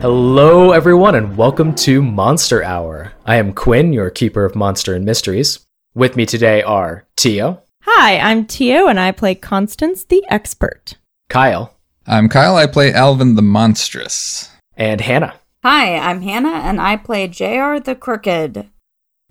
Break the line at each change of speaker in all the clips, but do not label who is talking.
Hello, everyone, and welcome to Monster Hour. I am Quinn, your keeper of monster and mysteries. With me today are Tio,
Hi, I'm Tio, and I play Constance the Expert.
Kyle,
I'm Kyle. I play Alvin the Monstrous.
and Hannah.
Hi, I'm Hannah, and I play JR the Crooked.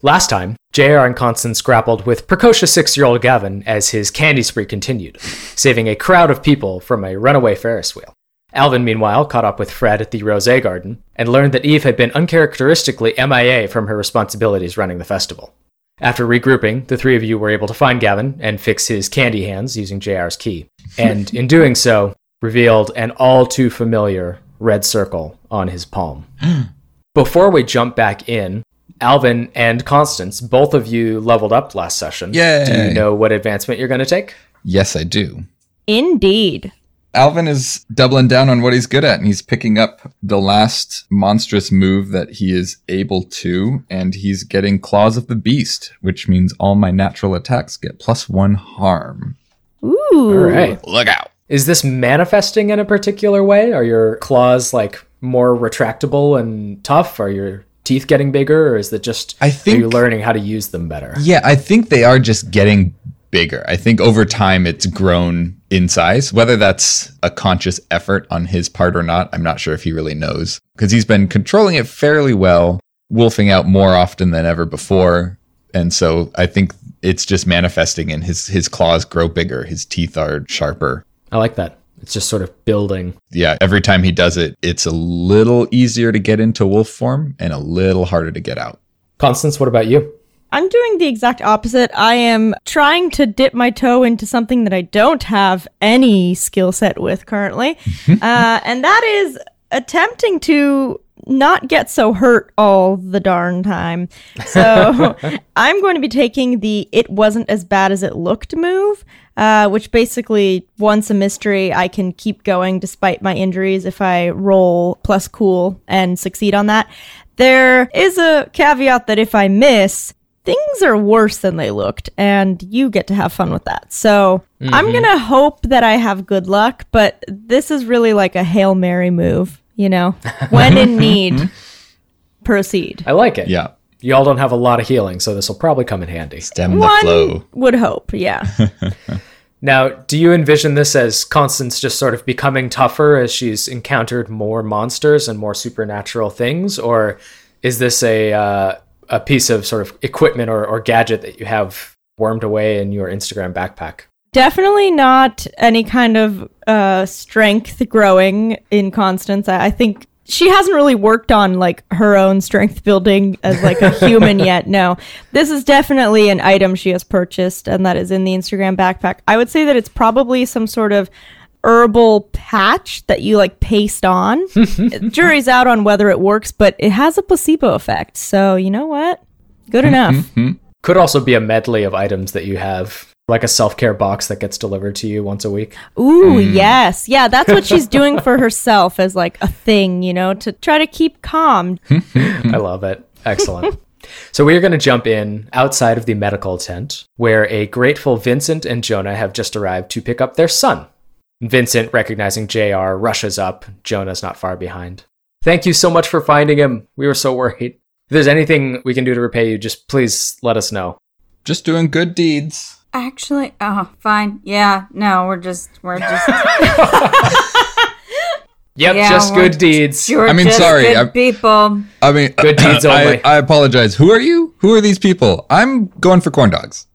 Last time, JR and Constance grappled with precocious six year old Gavin as his candy spree continued, saving a crowd of people from a runaway Ferris wheel. Alvin, meanwhile, caught up with Fred at the Rose Garden and learned that Eve had been uncharacteristically MIA from her responsibilities running the festival. After regrouping, the three of you were able to find Gavin and fix his candy hands using JR's key, and in doing so, revealed an all too familiar red circle on his palm. Before we jump back in, Alvin and Constance, both of you leveled up last session. Do you
Yay.
know what advancement you're going to take?
Yes, I do.
Indeed.
Alvin is doubling down on what he's good at, and he's picking up the last monstrous move that he is able to, and he's getting Claws of the Beast, which means all my natural attacks get plus one harm.
Ooh.
All right.
Look out.
Is this manifesting in a particular way? Are your claws like more retractable and tough? Are your teeth getting bigger, or is it just
I
are you
think-
learning how to use them better?
Yeah, I think they are just getting bigger. I think over time it's grown in size. Whether that's a conscious effort on his part or not, I'm not sure if he really knows because he's been controlling it fairly well, wolfing out more often than ever before. And so I think it's just manifesting in his his claws grow bigger, his teeth are sharper.
I like that. It's just sort of building.
Yeah, every time he does it, it's a little easier to get into wolf form and a little harder to get out.
Constance, what about you?
I'm doing the exact opposite. I am trying to dip my toe into something that I don't have any skill set with currently, uh, and that is attempting to not get so hurt all the darn time. So I'm going to be taking the it wasn't as bad as it looked move, uh, which basically, once a mystery, I can keep going despite my injuries if I roll plus cool and succeed on that. There is a caveat that if I miss, things are worse than they looked, and you get to have fun with that. So
Mm-hmm.
I'm going to hope that I have good luck, but this is really like a Hail Mary move, you know? When in need, proceed.
I like it.
Yeah.
Y'all don't have a lot of healing, so this will probably come in handy.
Stem the
One
flow.
would hope, yeah.
Now, do you envision this as Constance just sort of becoming tougher as she's encountered more monsters and more supernatural things, or is this a uh, a piece of sort of equipment or, or gadget that you have wormed away in your Instagram backpack?
Definitely not any kind of uh, strength growing in Constance. I, I think she hasn't really worked on like her own strength building as like a human yet. No, this is definitely an item she has purchased, and that is in the Instagram backpack. I would say that it's probably some sort of herbal patch that you like paste on. Jury's out on whether it works, but it has a placebo effect. So you know what? Good enough.
Could also be a medley of items that you have, like a self care box that gets delivered to you once a week.
Ooh, yes. Yeah, that's what she's doing for herself as like a thing, you know, to try to keep calm.
I love it. Excellent. so we are going to jump in outside of the medical tent, where a grateful Vincent and Jonah have just arrived to pick up their son. Vincent, recognizing JR, rushes up. Jonah's not far behind. Thank you so much for finding him. We were so worried. If there's anything we can do to repay you, just please let us know.
Just doing good deeds.
Actually, oh, fine. Yeah, no, we're just, we're just,
Yep,
Yeah,
just
we're
good deeds.
you're
I mean,
just
sorry,
good
I'm-
people.
I mean, uh,
Good deeds
I,
only.
I apologize. Who are you? Who are these people? I'm going for corn dogs.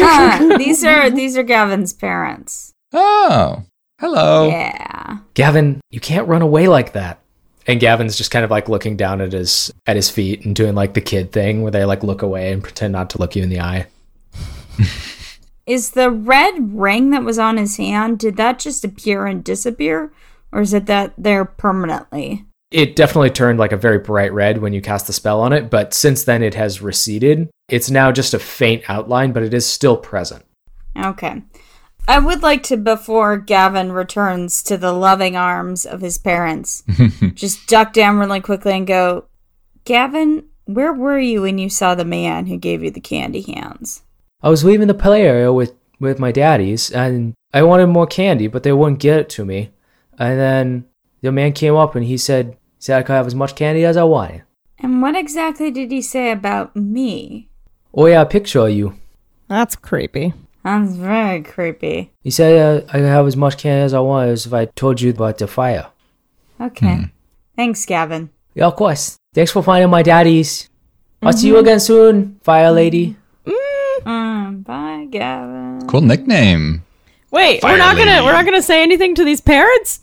Ah, these are, these are Gavin's parents.
Oh, hello.
Yeah.
Gavin, you can't run away like that. And Gavin's just kind of like looking down at his at his feet and doing like the kid thing where they like look away and pretend not to look you in the eye.
Is the red ring that was on his hand, did that just appear and disappear? Or is it that there permanently?
It definitely turned like a very bright red when you cast the spell on it, but since then it has receded. It's now just a faint outline, but it is still present.
Okay. I would like to, before Gavin returns to the loving arms of his parents, just duck down really quickly and go, Gavin, where were you when you saw the man who gave you the candy hands?
I was leaving the play area with with my daddies, and I wanted more candy, but they wouldn't get it to me. And then the man came up and he said, See, I could have as much candy as I want.
And what exactly did he say about me?
Oh yeah, picture you.
That's creepy.
That's very creepy.
He said uh, I could have as much candy as I want as if I told you about the fire.
Okay. Thanks, Gavin.
Yeah, of course. Thanks for finding my daddies. I'll see you again soon, fire lady.
Um, bye, Gavin.
Cool nickname.
Wait,
Fire
we're not
lady.
gonna we're not gonna say anything to these parents.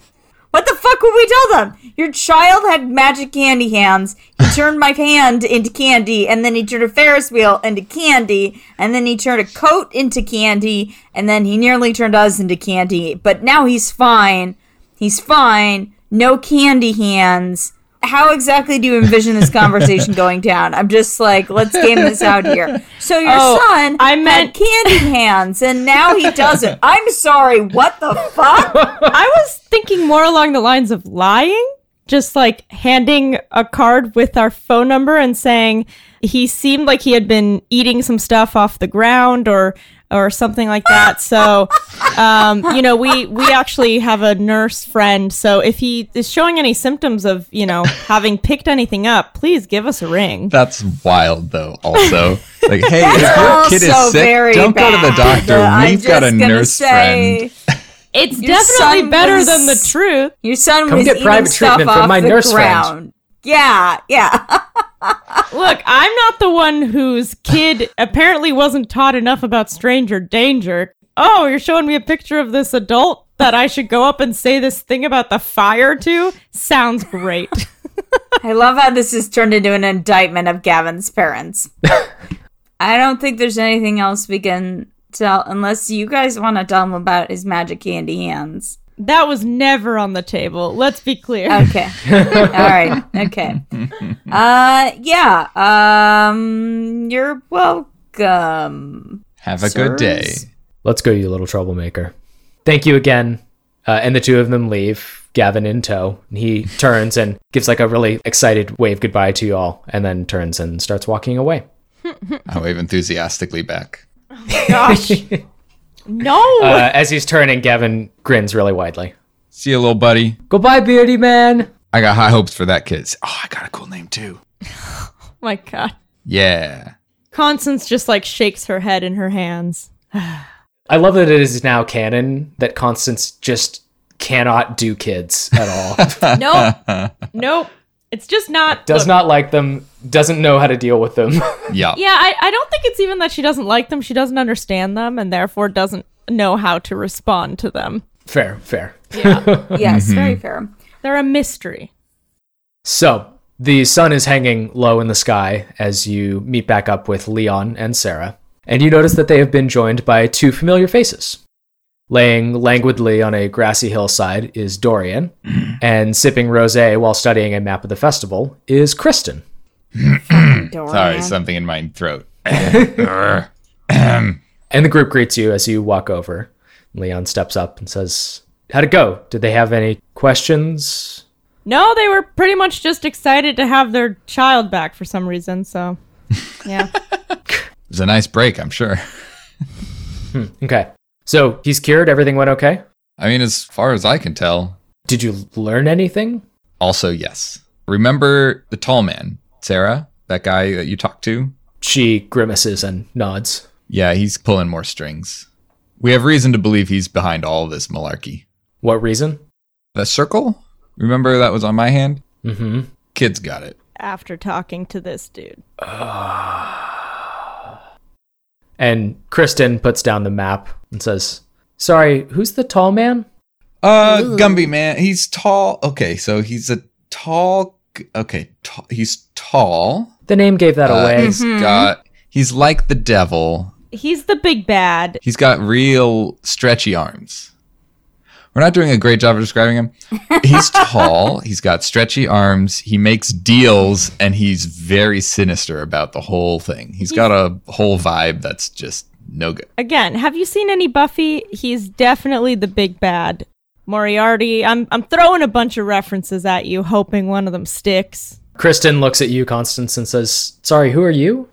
What the fuck would we tell them? Your child had magic candy hands. He turned my hand into candy, and then he turned a Ferris wheel into candy, and then he turned a coat into candy, and then he nearly turned us into candy. But now he's fine. He's fine. No candy hands. How exactly do you envision this conversation going down? I'm just like, let's game this out here. So your
Oh,
son
I
had
meant-
candy hands, and now he doesn't. I'm sorry. What the fuck?
I was thinking more along the lines of lying, just like handing a card with our phone number and saying he seemed like he had been eating some stuff off the ground or or something like that. So, um, you know, we we actually have a nurse friend. So if he is showing any symptoms of you know having picked anything up, please give us a ring.
That's wild, though. Also, like, hey, if your kid is
also
sick,
Oh, very
don't go to the
bad. Uh,
doctor.
I'm
We've got a
just gonna
nurse
say,
friend.
It's
Your
definitely
son
better
was-
than the truth.
Your son
Come
was
get
eating
private
stuff
treatment from
off
my
the
nurse friend.
ground. Yeah, yeah.
Look, I'm not the one whose kid apparently wasn't taught enough about stranger danger. Oh, you're showing me a picture of this adult that I should go up and say this thing about the fire to? Sounds great.
I love how this has turned into an indictment of Gavin's parents. I don't think there's anything else we can tell unless you guys want to tell him about his magic candy hands.
that was never on the table. Let's be clear.
Okay. All right. Okay. Uh yeah. Um you're welcome.
Have a good
Sirs.
day.
Let's go, you little troublemaker. Thank you again. Uh, and the two of them leave, Gavin in tow. And he turns and gives like a really excited wave goodbye to you all, and then turns and starts walking away.
I wave enthusiastically back.
Gosh. No.
Uh, as he's turning, Gavin grins really widely.
See you, little buddy.
Goodbye, beardy man.
I got high hopes for that kid. Oh, I got a cool name too.
Oh my God.
Yeah.
Constance just like shakes her head in her hands.
I love that it is now canon that Constance just cannot do kids at all.
Nope. nope. It's just not.
Does not like them, doesn't know how to deal with them.
Yeah.
Yeah, I, I don't think it's even that she doesn't like them. She doesn't understand them and therefore doesn't know how to respond to them.
fair, fair.
Yes, very
Mm-hmm.
fair.
They're a mystery.
So the sun is hanging low in the sky as you meet back up with Leon and Sarah, and you notice that they have been joined by two familiar faces. Laying languidly on a grassy hillside is Dorian, and sipping rosé while studying a map of the festival is Kristen.
Dorian.
Hmm. Sorry, something in my throat.
And the group greets you as you walk over. Leon steps up and says, "How'd it go? Did they have any questions?"
No, they were pretty much just excited to have their child back for some reason. So, yeah.
It was a nice break, I'm sure.
Hmm, Okay. So he's cured. Everything went okay.
I mean, as far as I can tell,
Did you learn anything?
also, yes. Remember the tall man, Sarah, that guy that you talked to?
She grimaces and nods.
Yeah, he's pulling more strings. We have reason to believe he's behind all this malarkey.
What reason?
The circle? Remember that was on my hand?
Mm-hmm.
Kids got it.
After talking to this dude.
And Kristen puts down the map and says, Sorry, who's the tall man?
Uh, Gumby man, he's tall. Okay, so he's a tall. Okay, t- he's tall.
The name gave that
Uh,
away.
He's got. He's like the devil.
He's the big bad.
He's got real stretchy arms. We're not doing a great job of describing him. He's tall. He's got stretchy arms. He makes deals, and he's very sinister about the whole thing. he's got a whole vibe that's just no good.
Again, have you seen any Buffy? He's definitely the big bad. Moriarty, I'm I'm throwing a bunch of references at you hoping one of them sticks.
Kristen looks at you, Constance, and says, Sorry, who are you?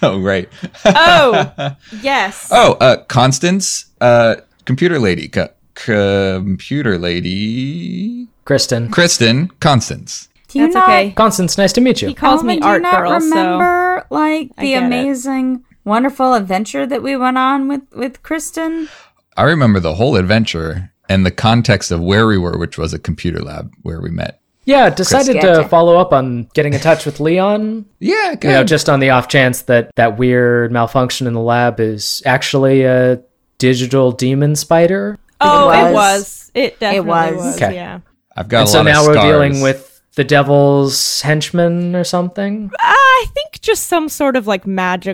Oh right.
Oh. yes.
Oh, uh, Constance, uh, computer lady, co- computer lady,
Kristen.
Kristen, Constance.
Do you
That's
not,
okay.
Constance, nice to meet you.
He calls me
Alvin,
Art
oh, do you not
Girl, so
remember like the
get it.
amazing, wonderful adventure that we went on with with Kristen?
I remember the whole adventure and the context of where we were, which was a computer lab where we met.
Yeah, decided to
Gotcha.
follow up on getting in touch with Leon.
Yeah, good.
You know, just on the off chance that that weird malfunction in the lab is actually a digital demon spider.
Oh,
It
it
was.
was. It definitely
was.
was.
Okay.
Yeah.
I've got
and
a
so
lot
now
of
we're
scars.
dealing with the devil's henchman or something.
I think just some sort of like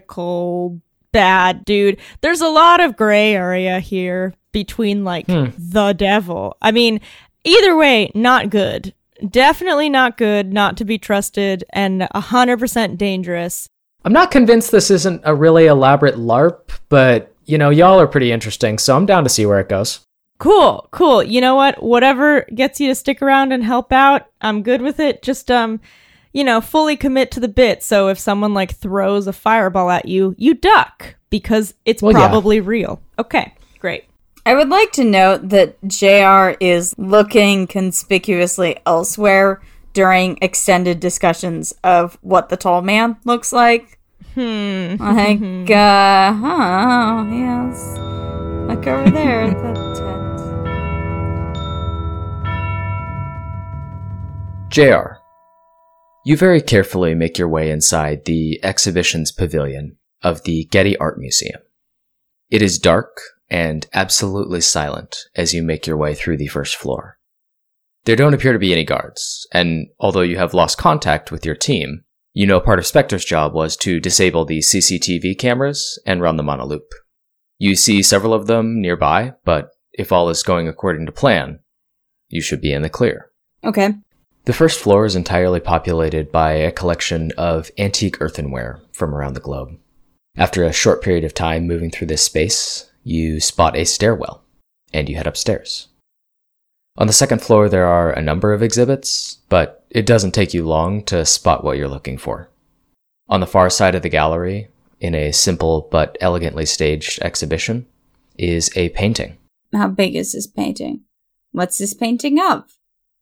magical bad dude. There's a lot of gray area here between like the devil. I mean, either way, not good. Definitely not good, not to be trusted, and 100% dangerous.
I'm not convinced this isn't a really elaborate LARP, but you know, y'all are pretty interesting, so I'm down to see where it goes.
Cool, cool. You know what? Whatever gets you to stick around and help out, I'm good with it. Just um, you know, fully commit to the bit. So if someone like throws a fireball at you, you duck because it's
Well, yeah.
probably real. Okay, great.
I would like to note that JR is looking conspicuously elsewhere during extended discussions of what the tall man looks like. Hmm. Like, uh, huh, yes. Look over there at the tent.
JR. You very carefully make your way inside the exhibition's pavilion of the Getty Art Museum. It is dark and absolutely silent as you make your way through the first floor. There don't appear to be any guards, and although you have lost contact with your team, you know part of Spectre's job was to disable the CCTV cameras and run them on a loop. You see several of them nearby, but if all is going according to plan, you should be in the clear.
Okay.
The first floor is entirely populated by a collection of antique earthenware from around the globe. After a short period of time moving through this space, you spot a stairwell, and you head upstairs. On the second floor, there are a number of exhibits, but it doesn't take you long to spot what you're looking for. On the far side of the gallery, in a simple but elegantly staged exhibition, is a painting.
How big is this painting? What's this painting of?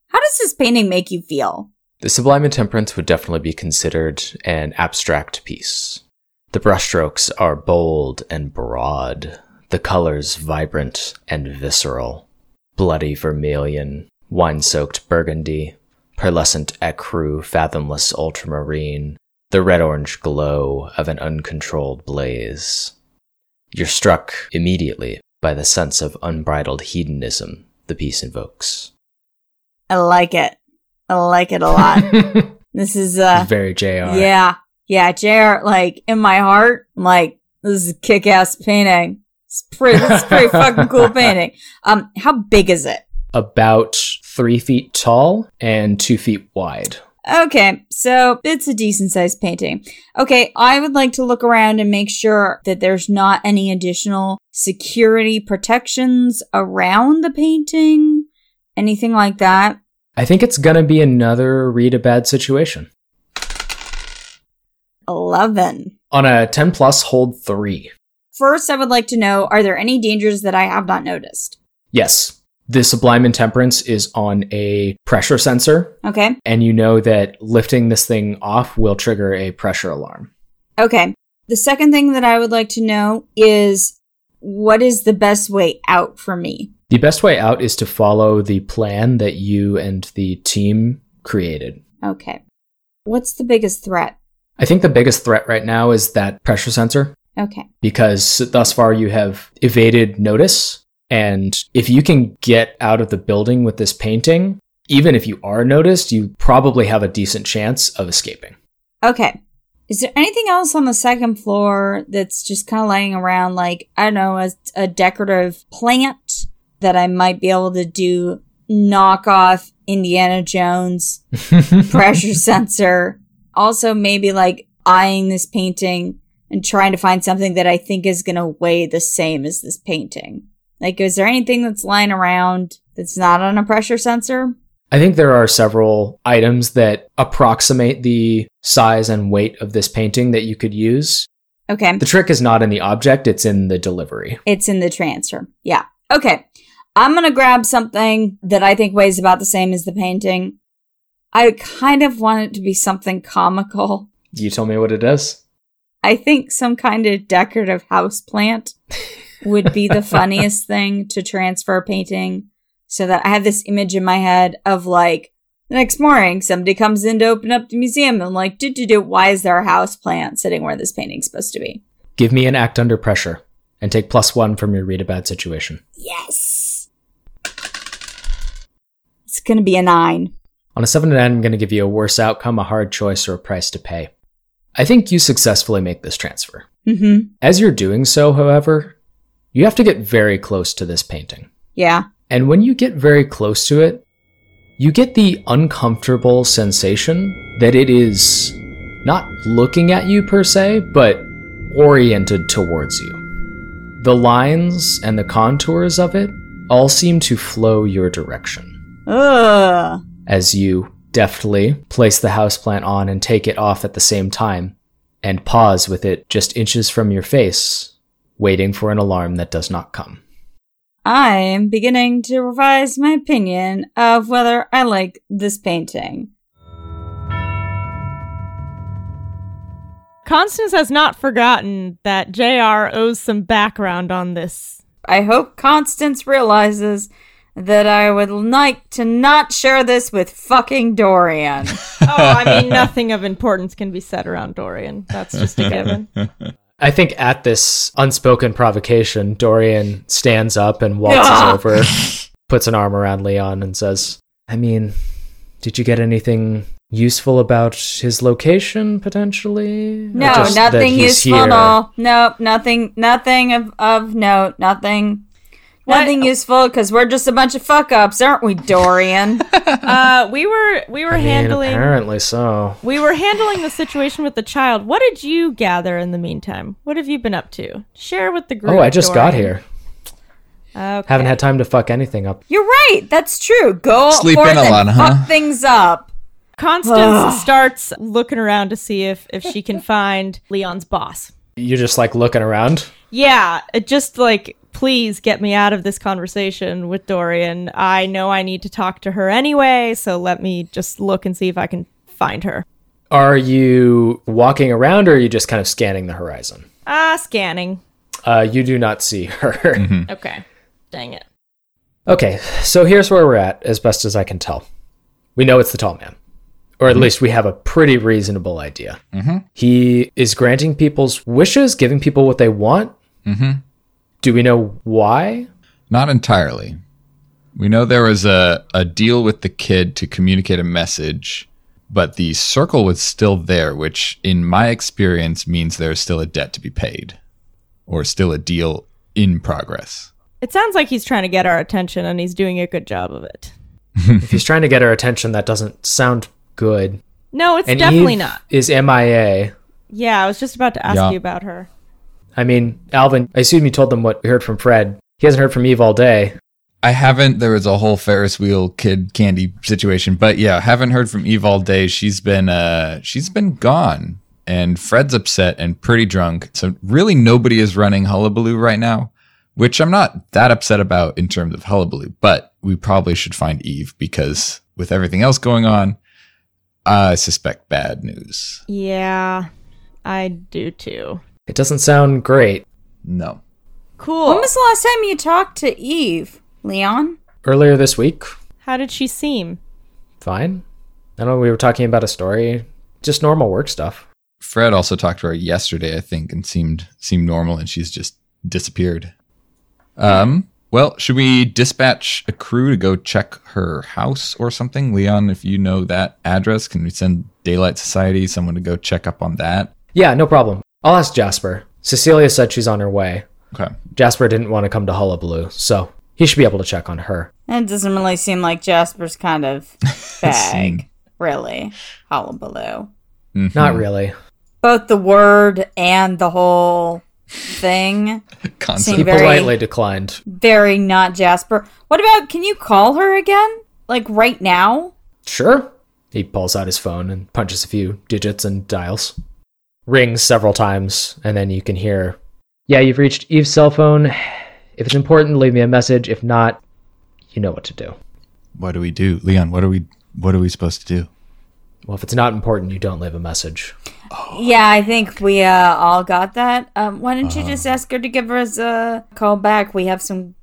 How does this painting make you feel?
The Sublime Intemperance would definitely be considered an abstract piece. The brushstrokes are bold and broad, the colors vibrant and visceral. Bloody vermilion, wine soaked burgundy, pearlescent ecru, fathomless ultramarine, the red orange glow of an uncontrolled blaze. You're struck immediately by the sense of unbridled hedonism the piece invokes.
I like it. I like it a lot. this is uh
Very JR.
Yeah. Yeah, JR, like in my heart, I'm like, this is a kick ass painting. It's pretty it's pretty fucking cool painting. Um, how big is it?
about three feet tall and two feet wide.
Okay, so it's a decent sized painting. Okay, I would like to look around and make sure that there's not any additional security protections around the painting. Anything like that.
I think it's gonna be another read a bad situation.
Eleven.
On a 10 plus, hold three.
First, I would like to know are there any dangers that I have not noticed?
Yes, the Sublime Intemperance is on a pressure sensor,
Okay.
and you know that lifting this thing off will trigger a pressure alarm.
Okay. The second thing that I would like to know is what is the best way out for me?
The best way out is to follow the plan that you and the team created.
Okay. What's the biggest threat?
I think the biggest threat right now is that pressure sensor.
Okay.
because thus far you have evaded notice. And if you can get out of the building with this painting, even if you are noticed, you probably have a decent chance of escaping.
Okay. Is there anything else on the second floor that's just kind of lying around, like, I don't know, a, a decorative plant that I might be able to do knockoff Indiana Jones pressure sensor? Also, maybe like eyeing this painting and trying to find something that I think is going to weigh the same as this painting. Like, is there anything that's lying around that's not on a pressure sensor?
I think there are several items that approximate the size and weight of this painting that you could use.
Okay.
The trick is not in the object, it's in the delivery.
It's in the transfer. Yeah. Okay. I'm going to grab something that I think weighs about the same as the painting. I kind of want it to be something comical.
You tell me what it is.
I think some kind of decorative house plant would be the funniest thing to transfer painting so that I have this image in my head of like the next morning somebody comes in to open up the museum and I'm like do do do why is there a house plant sitting where this painting's supposed to be?
Give me an act under pressure and take plus one from your read a bad situation.
Yes. It's going to be a 9.
On a 7 to 9, I'm going to give you a worse outcome, a hard choice, or a price to pay. I think you successfully make this transfer.
Mhm.
As you're doing so, however, you have to get very close to this painting.
Yeah.
And when you get very close to it, you get the uncomfortable sensation that it is not looking at you per se, but oriented towards you. The lines and the contours of it all seem to flow your direction
Ugh.
as you deftly place the houseplant on and take it off at the same time and pause with it just inches from your face, waiting for an alarm that does not come.
I am beginning to revise my opinion of whether I like this painting.
Constance has not forgotten that JR owes some background on this.
I hope Constance realizes that I would like to not share this with fucking Dorian.
Oh, I mean, nothing of importance can be said around Dorian. That's just a given.
I think at this unspoken provocation, Dorian stands up and waltzes
Ah!
over, puts an arm around Leon, and says, I mean, did you get anything useful about his location, potentially? Or
No,
just that
nothing
he's
useful at all. Nope, nothing, nothing of, of note, nothing. Nothing useful because we're just a bunch of fuck ups, aren't we, Dorian?
Uh, we were we were
I mean,
handling
apparently so.
we were handling the situation with the child. What did you gather in the meantime? What have you been up to? Share with the group.
Oh, I just got
Dorian.
here.
Okay.
Haven't had time to fuck anything up.
You're right. That's true. Go
Sleep
for
in
it
a
and
lot, huh?
Fuck things up.
Constance starts looking around to see if if she can find Leon's boss.
You're just like looking around.
Yeah, it just like please get me out of this conversation with Dorian. I know I need to talk to her anyway, so let me just look and see if I can find her.
Are you walking around or are you just kind of scanning the horizon?
Ah, scanning.
Uh, you do not see her.
Okay. Dang it.
Okay, so here's where we're at, as best as I can tell. We know it's the tall man, or at least we have a pretty reasonable idea. He is granting people's wishes, giving people what they want. Do we know why?
Not entirely. We know there was a, a deal with the kid to communicate a message, but the circle was still there, which in my experience means there's still a debt to be paid or still a deal in progress.
It sounds like he's trying to get our attention and he's doing a good job of it.
if he's trying to get our attention, that doesn't sound good.
No, it's definitely
Eve
not.
Is MIA.
Yeah, I was just about to ask
Yeah.
you about her.
I mean, Alvin. I assume you told them what we heard from Fred. He hasn't heard from Eve all day.
I haven't, there was a whole Ferris wheel kid candy situation, but yeah, haven't heard from Eve all day. She's been, uh, she's been gone and Fred's upset and pretty drunk. So really nobody is running hullabaloo right now. which I'm not that upset about in terms of hullabaloo, but we probably should find Eve because with everything else going on, I suspect bad news.
Yeah, I do too.
It doesn't sound great.
No.
Cool.
When was the last time you talked to Eve, Leon?
Earlier this week,
How did she seem?
fine. I know we were talking about a story, just normal work stuff.
Fred also talked to her yesterday, I think, and seemed seemed normal and she's just disappeared. Um, well, should we dispatch a crew to go check her house or something? Leon, if you know that address, can we send Daylight Society someone to go check up on that?
Yeah, no problem. I'll ask Jasper. Cecilia said she's on her way.
Okay.
Jasper didn't want to come to Hullabaloo, so he should be able to check on her.
It doesn't really seem like Jasper's kind of
Seem-
bag, really. Hullabaloo.
Mhm.
Not really.
Both the word and the whole thing.
Concept.
He
Very-
politely declined.
Very not Jasper. What about can you call her again? Like right now?
Sure. He pulls out his phone and punches a few digits and dials. Rings several times, and then you can hear Yeah, you've reached Eve's cell phone. If it's important, leave me a message. If not, You know what to do.
What do we do, Leon? What are we? What are we supposed to do?
Well, if it's not important, you don't leave a message.
Yeah, I think we uh, all got that. Um, why don't
Uh-huh.
you just ask her to give us a call back? We have some.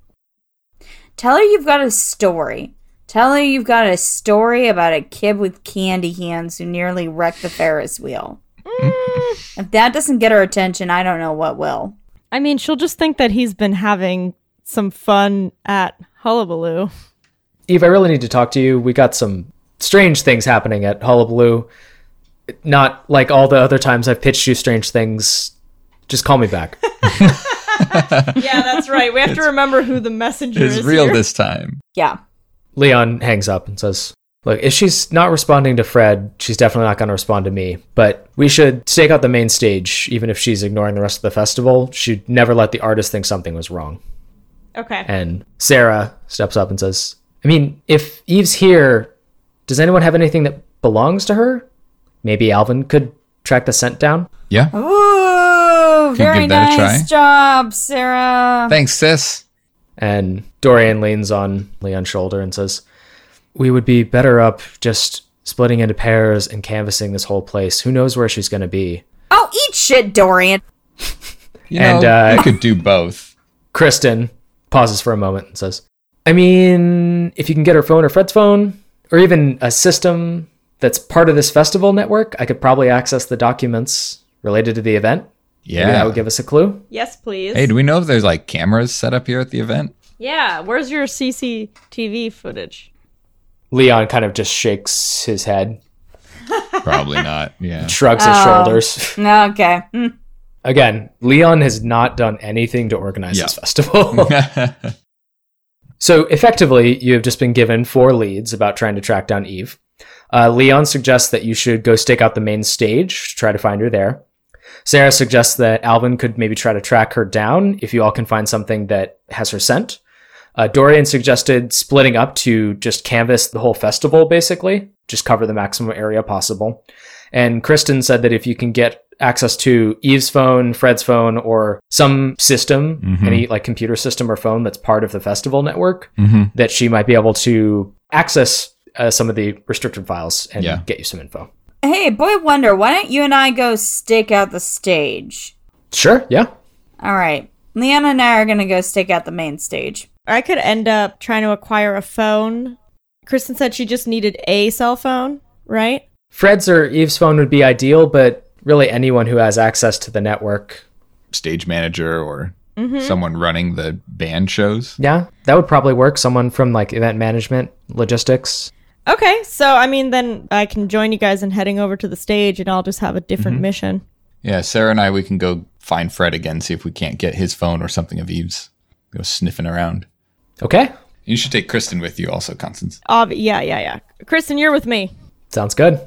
Tell her you've got a story. Tell her you've got a story about a kid with candy hands who nearly wrecked the Ferris wheel. if that doesn't get her attention, I don't know what will.
I mean, she'll just think that he's been having some fun at Hullabaloo.
Eve, I really need to talk to you. We got some strange things happening at Hullabaloo. Not like all the other times I've pitched you strange things. Just call me back.
yeah, that's right. We have to remember who the messenger
It's real this time.
Yeah.
Leon hangs up and says, Look, if she's not responding to Fred, she's definitely not going to respond to me. But we should stake out the main stage, even if she's ignoring the rest of the festival. She'd never let the artist think something was wrong.
Okay.
And Sarah steps up and says, I mean, if Eve's here, does anyone have anything that belongs to her? Maybe Alvin could track the scent down?
Yeah.
Uh-huh.
Ooh, very
give that a
nice job, Sarah.
Thanks, sis.
And Dorian leans on Leon's shoulder and says, We would be better up just splitting into pairs and canvassing this whole place. Who knows where she's going to be?
oh, eat shit, Dorian.
You
And,
know,
uh,
I could do both.
Kristen pauses for a moment and says, I mean, if you can get her phone or Fred's phone, or even a system that's part of this festival network, I could probably access the documents related to the event. Maybe that
Yeah.
would give us a clue.
Yes, please.
Hey, do we know if there's like cameras set up here at the event?
yeah, where's your CCTV footage?
Leon kind of just shakes his head,
Probably not. Yeah.
shrugs his shoulders.
Okay. Hmm.
Again, Leon has not done anything to organize this
Yeah.
festival. So effectively, you have just been given four leads about trying to track down Eve. Uh, Leon suggests that you should go stake out the main stage, try to find her there. Sarah suggests that Alvin could maybe try to track her down if you all can find something that has her scent. Uh, Dorian suggested splitting up to just canvas the whole festival, basically, just cover the maximum area possible. And Kristen said that if you can get access to Eve's phone, Fred's phone, or some system,
Mhm.
any like computer system or phone that's part of the festival network,
hmm
that she might be able to access uh, some of the restricted files and
Yeah.
get you some info.
Hey, boy wonder, why don't you and I go stake out the stage?
Sure. Yeah.
All right. Leanna and I are going to go stake out the main stage.
I could end up trying to acquire a phone. Kristen said she just needed a cell phone, right?
Fred's or Eve's phone would be ideal, but really anyone who has access to the network.
Stage manager or
Mm-hmm.
someone running the band shows.
Yeah. That would probably work. Someone from like event management, logistics.
Okay, so I mean, then I can join you guys in heading over to the stage, and I'll just have a different
Mm-hmm.
mission.
Yeah. Sarah and I, we can go find Fred again, see if we can't get his phone or something of Eve's. Go sniffing around.
Okay.
You should take Kristen with you also, Constance.
Ob- yeah, yeah, yeah. Kristen, you're with me.
Sounds good.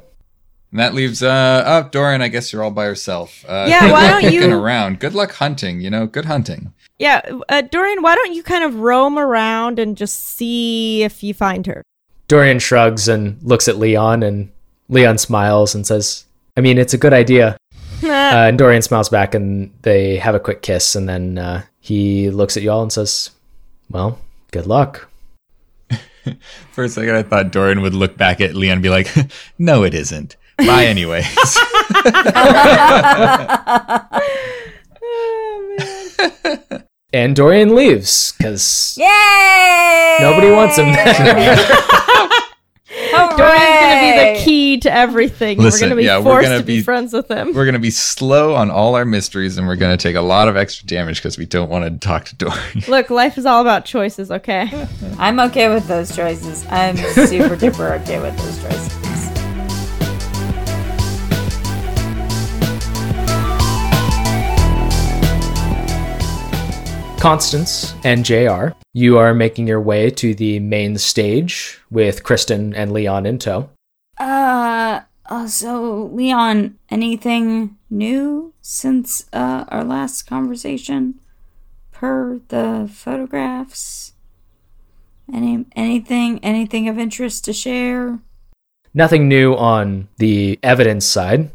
And that leaves uh up Dorian, I guess you're all by yourself. Uh,
Yeah,
good
why
luck
don't
looking
you-
around. Good luck hunting, you know, good hunting.
Yeah, uh, Dorian, why don't you kind of roam around and just see if you find her?
Dorian shrugs and looks at Leon, and Leon smiles and says, I mean, it's a good idea. Uh, and Dorian smiles back, and they have a quick kiss, and then uh, he looks at y'all and says, Well, good luck.
For a second I thought Dorian would look back at Leon and be like, No, it isn't. Bye anyways.
And Dorian leaves because
Yay!
nobody wants him.
Dorian's gonna be the
Hooray!
key to everything.
Listen,
we're gonna be
yeah, we're
forced
gonna
to be,
be-
friends with him.
we're gonna be slow on all our mysteries and we're gonna take a lot of extra damage because we don't want to talk to Dorian.
Look, life is all about choices, okay?
I'm okay with those choices. I'm super duper okay with those choices.
Constance and JR, you are making your way to the main stage with Kristen and Leon in tow.
Uh, uh, so Leon, anything new since uh our last conversation? Per the photographs, any anything anything of interest to share?
Nothing new on the evidence side.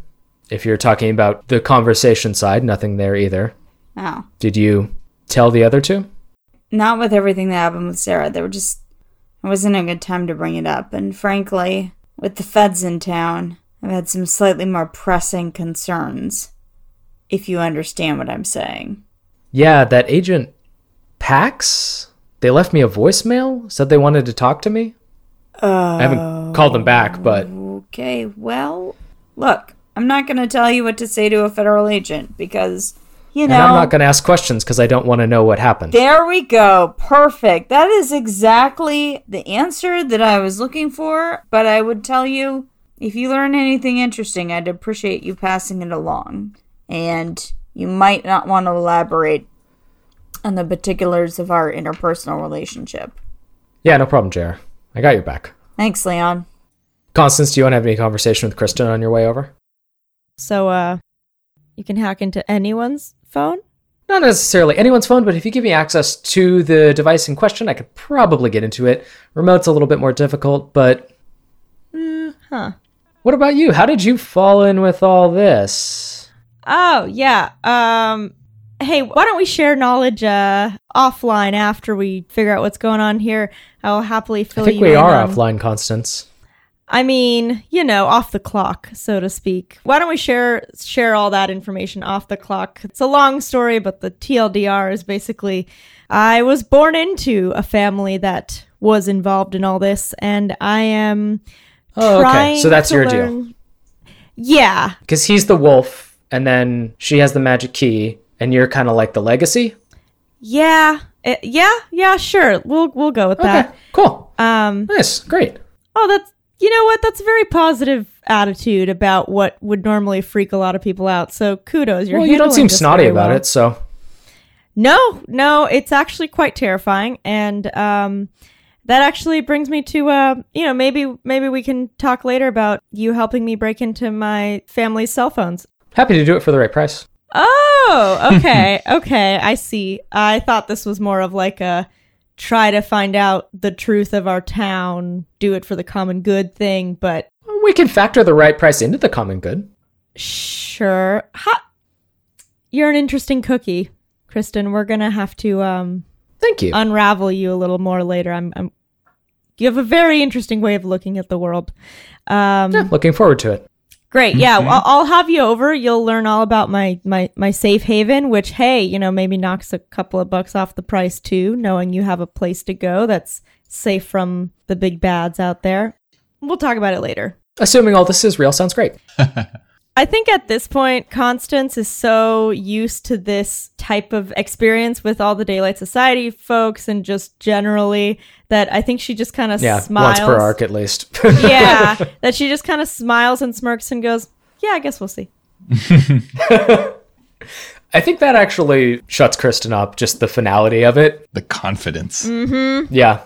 If you're talking about the conversation side, nothing there either.
No,
Did you tell the other two?
not with everything that happened with Sarah. There were just It wasn't a good time to bring it up, and frankly, with the feds in town, I've had some slightly more pressing concerns. If you understand what I'm saying.
Yeah, that agent Pax? They left me a voicemail, said they wanted to talk to me. I haven't called them back, but
Okay, well, look, I'm not going to tell you what to say to a federal agent because, you
and
know.
I'm not going to ask questions because I don't want to know what happened.
There we go. Perfect. That is exactly the answer that I was looking for. But I would tell you if you learn anything interesting, I'd appreciate you passing it along. And you might not want to elaborate on the particulars of our interpersonal relationship.
yeah, no problem, JR. I got your back.
Thanks, Leon.
Constance, do you want to have any conversation with Kristen on your way over?
So uh you can hack into anyone's phone?
Not necessarily anyone's phone, but if you give me access to the device in question, I could probably get into it. Remote's a little bit more difficult, but
Mm, Huh.
what about you? How did you fall in with all this?
Oh, yeah. Um hey, why don't we share knowledge uh offline after we figure out what's going on here? I'll happily
I
fill
think
you
we
in
are
on-
offline, Constance.
I mean, you know, off the clock, so to speak. Why don't we share share all that information off the clock? It's a long story, but the TLDR is basically I was born into a family that was involved in all this and I am
Oh, okay.
trying
So that's
to
your deal.
learn- Yeah.
Because he's the wolf, and then she has the magic key, and you're kind of like the legacy.
Yeah. Uh, yeah, yeah, sure. We'll we'll go with
Okay,
that.
cool.
Um
Nice, great.
Oh, that's you know what? That's a very positive attitude about what would normally freak a lot of people out. So kudos. You're
well, you don't
handling
seem
this
snotty
very
about
well.
it, so
No, no, it's actually quite terrifying, and um, that actually brings me to uh, you know, maybe maybe we can talk later about you helping me break into my family's cell phones.
happy to do it for the right price.
Oh, okay, okay, I see. I thought this was more of like a try to find out the truth of our town, do it for the common good thing, but
We can factor the right price into the common good.
Sure. Ha- You're an interesting cookie, Kristen. We're gonna have to um,
Thank you.
unravel you a little more later. I'm, I'm. You have a very interesting way of looking at the world. Um,
Yeah, looking forward to it.
Great. Yeah, I'll, I'll have you over. You'll learn all about my my my safe haven, which hey, you know maybe knocks a couple of bucks off the price too, knowing you have a place to go that's safe from the big bads out there. We'll talk about it later.
Assuming all this is real, sounds great.
I think at this point, Constance is so used to this type of experience with all the Daylight Society folks and just generally that I think she just kind of
Yeah, once
smiles.
per arc at least.
yeah, that she just kind of smiles and smirks and goes, Yeah, I guess we'll see.
I think that actually shuts Kristen up, just the finality of it.
The confidence.
Yeah.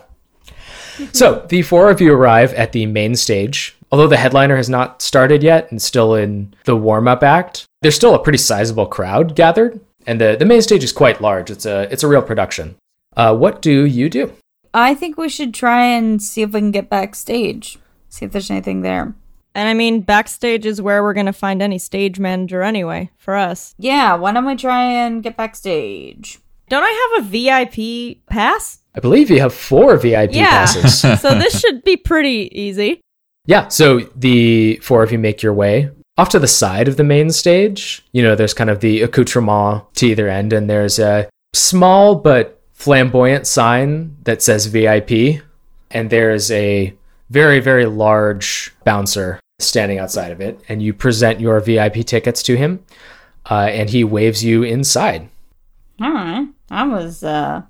so the four of you arrive at the main stage. Although the headliner has not started yet and still in the warm up act, there's still a pretty sizable crowd gathered. And the, the main stage is quite large. It's a, it's a real production. Uh, what do you do?
I think we should try and see if we can get backstage, see if there's anything there.
And I mean, backstage is where we're going to find any stage manager anyway for us.
Yeah, why don't we try and get backstage?
Don't I have a VIP pass?
I believe you have four VIP
Yeah.
passes.
so this should be pretty easy.
Yeah, so the four of you make your way off to the side of the main stage. You know, there's kind of the accoutrement to either end, and there's a small but flamboyant sign that says VIP, and there's a very, very large bouncer standing outside of it, and you present your VIP tickets to him, uh, and he waves you inside.
All right. That was, uh,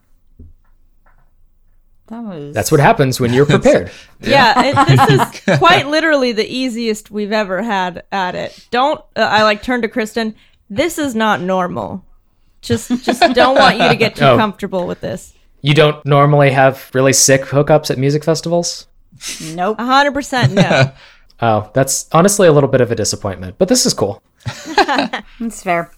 that was.
That's what happens when you're prepared.
Yeah, it, this is quite literally the easiest we've ever had at it. Don't uh, I like turn to Kristen? This is not normal. Just just don't want you to get too
Oh.
comfortable with this.
you don't normally have really sick hookups at music festivals.
Nope.
A hundred percent no.
Oh, that's honestly a little bit of a disappointment, but this is cool.
That's fair.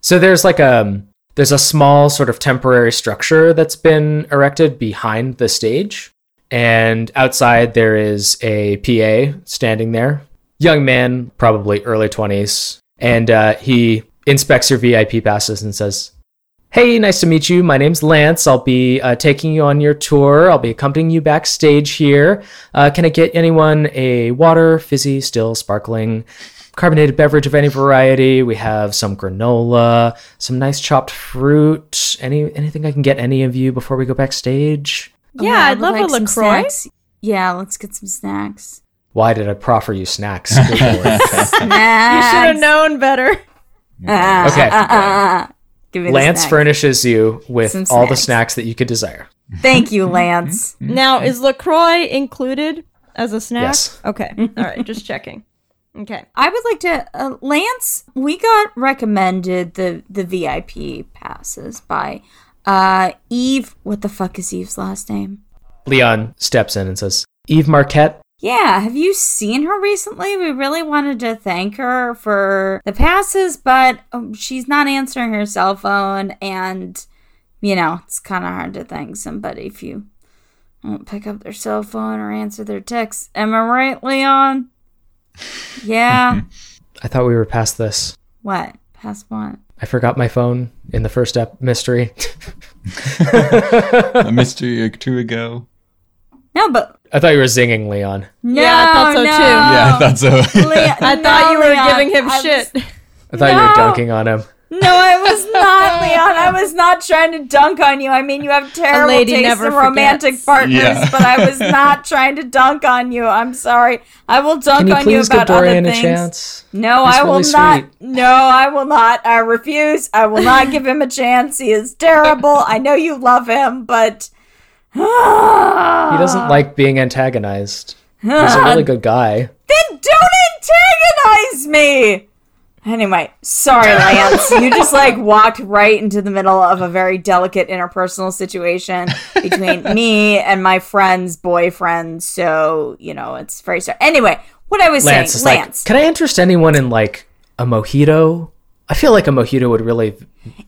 So there's like a there's a small sort of temporary structure that's been erected behind the stage, and outside there is a PA standing there, young man, probably early twenties, and uh, he inspects your VIP passes and says, Hey, nice to meet you. My name's Lance. I'll be uh, taking you on your tour. I'll be accompanying you backstage here. Uh, can I get anyone a water, fizzy, still, sparkling, carbonated beverage of any variety? We have some granola, some nice chopped fruit. Any anything I can get any of you before we go backstage?
Yeah,
I
I'd
would
love a
some
LaCroix.
snacks. Yeah, let's get some snacks.
Why did I proffer you snacks? Good lord.
You should have
Snacks.
known better.
Mm-hmm.
Ah,
Okay.
ah, ah, ah. Give me the
Lance
snacks.
furnishes you with
Some
all the
snacks.
snacks that you could desire.
Thank you, Lance.
Now, is LaCroix included as a snack?
Yes.
Okay. All right. Just checking. Okay.
I would like to, uh, Lance. We got recommended the the VIP passes by uh Eve. What the fuck is Eve's last name?
Leon steps in and says, Eve Marquette,
Yeah, have you seen her recently? We really wanted to thank her for the passes, but um, she's not answering her cell phone, and you know it's kind of hard to thank somebody if you won't pick up their cell phone or answer their texts. Am I right, Leon? Yeah.
I thought we were past this.
what? Pass one.
I forgot my phone in the first ep- mystery.
A mystery or two ago.
No, but
I thought you were zinging, Leon.
No,
Yeah, I thought so
no.
too.
Yeah, I thought so.
Leon-
I
no,
thought you were
Leon,
giving him
I was-
shit.
I thought you were
No!
dunking on him.
no, I was not, Leon. I was not trying to dunk on you. I mean, you have terrible
lady
taste
never
in romantic
forgets.
partners,
Yeah.
but I was not trying to dunk on you. I'm sorry. I will dunk
Can you
on you
please
about
give Dorian
other
a
things.
chance?
No,
He's
I will
really
not.
sweet.
No, I will not. I refuse. I will not give him a chance. He is terrible. I know you love him, but
He
Uh.
doesn't like being antagonized. He's a really good guy.
Then don't antagonize me! Anyway, sorry, Lance. you just like walked right into the middle of a very delicate interpersonal situation between me and my friend's boyfriend. So, you know, it's very sorry. Anyway, what I was
Lance is
saying, Lance,
like, can I interest anyone in like a mojito? I feel like a mojito would really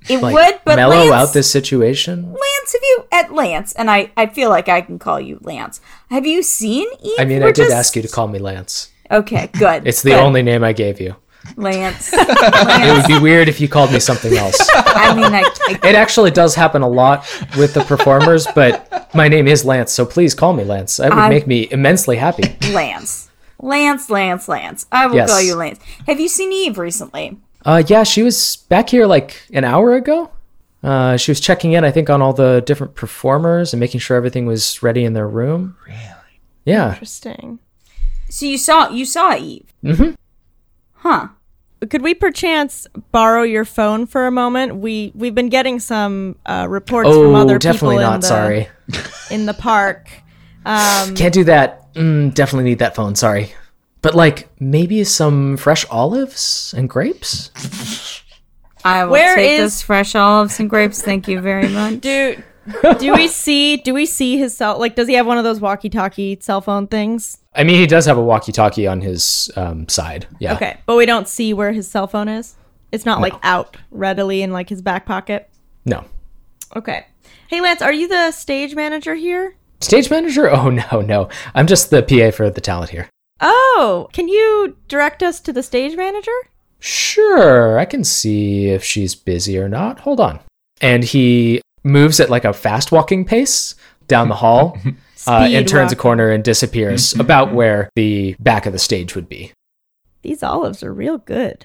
it
like
would, but
mellow
Lance,
out this situation.
Lance, have you, at Lance, and I, I feel like I can call you Lance, have you seen Eve?
I mean,
We're
I did
just-
ask you to call me Lance.
Okay, good.
It's the
good.
only name I gave you.
Lance.
It
Lance.
would be weird if you called me something else.
I mean, I, I
It actually does happen a lot with the performers, but my name is Lance, so please call me Lance. That would
I'm-
make me immensely happy.
Lance. Lance, Lance, Lance. I will
Yes.
call you Lance. Have you seen Eve recently?
Uh, yeah, she was back here like an hour ago. Uh, she was checking in, I think, on all the different performers and making sure everything was ready in their room. Really? Yeah.
Interesting.
So you saw you saw Eve.
Mhm.
Huh.
Could we perchance borrow your phone for a moment? We we've been getting some uh, reports
Oh,
from other
definitely
people in
not.
the
Sorry.
in the park. Um,
Can't do that. Mm, definitely need that phone. Sorry. But like maybe some fresh olives and grapes.
I will
Where
take
is-
this fresh olives and grapes. Thank you very much.
do do we see do we see his cell? Like, does he have one of those walkie-talkie cell phone things?
I mean, he does have a walkie-talkie on his um, side. Yeah.
Okay, but we don't see where his cell phone is. It's not like out readily in like his back pocket.
No.
Okay. Hey Lance, are you the stage manager here?
Stage manager? Oh no, no. I'm just the PA for the talent here.
Oh, can you direct us to the stage manager?
Sure, I can see if she's busy or not. Hold on. And he moves at like a fast walking pace down the hall uh,
Speed
and turns a
walking.
corner and disappears about where the back of the stage would be.
These olives are real good.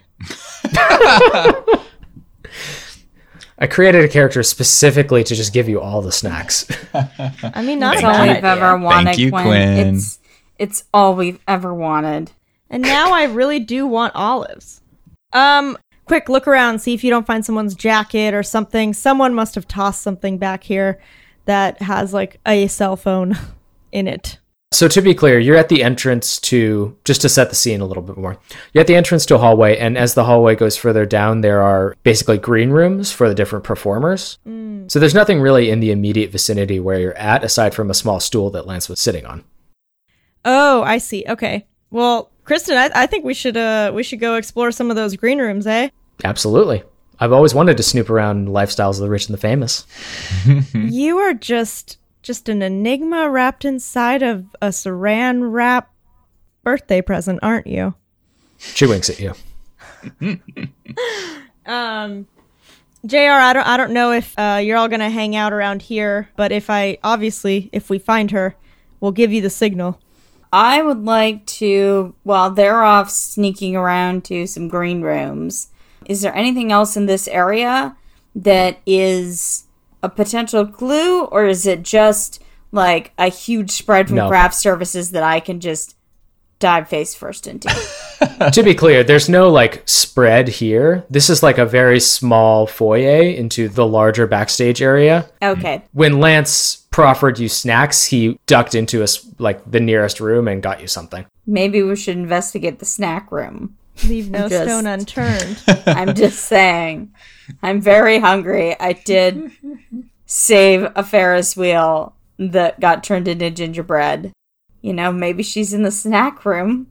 I created a character specifically to just give you all the snacks.
I mean, not
That's
a
all
bad
we've
idea.
ever wanted.
you, Quinn.
It's it's all we've ever wanted.
And now I really do want olives. Um, quick look around, see if you don't find someone's jacket or something. Someone must have tossed something back here that has like a cell phone in it.
So to be clear, you're at the entrance to just to set the scene a little bit more. You're at the entrance to a hallway, and as the hallway goes further down, there are basically green rooms for the different performers. So there's nothing really in the immediate vicinity where you're at, aside from a small stool that Lance was sitting on.
Oh, I see. Okay. Well, Kristen, I, I think we should uh we should go explore some of those green rooms, eh?
Absolutely. I've always wanted to snoop around lifestyles of the rich and the famous.
You are just just an enigma wrapped inside of a saran wrap birthday present, aren't you?
She winks at you.
Um Jr. I don't I don't know if uh, you're all gonna hang out around here, but if I obviously if we find her, we'll give you the signal.
I would like to, while they're off sneaking around to some green rooms, is there anything else in this area that is a potential clue, or is it just like a huge spread from
No.
craft services that I can just dive face first into?
to be clear, there's no like spread here. This is like a very small foyer into the larger backstage area.
okay.
When Lance proffered you snacks, he ducked into us like the nearest room and got you something.
Maybe we should investigate the snack room.
Leave no
Just-
stone unturned.
I'm just saying. I'm very hungry. I did save a Ferris wheel that got turned into gingerbread. You know, maybe she's in the snack room.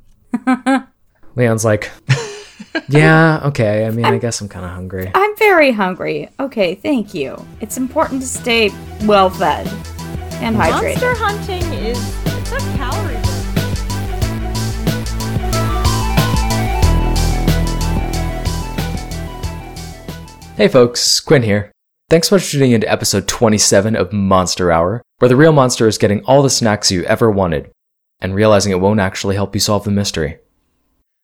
Leon's like, "Yeah, okay. I mean, I guess I'm kind of hungry."
I'm very hungry. Okay, thank you. It's important to stay well fed and hydrated.
Monster hunting is it's a calorie. burn.
Hey folks, Quinn here. Thanks for tuning into episode 27 of Monster Hour, where the real monster is getting all the snacks you ever wanted and realizing it won't actually help you solve the mystery.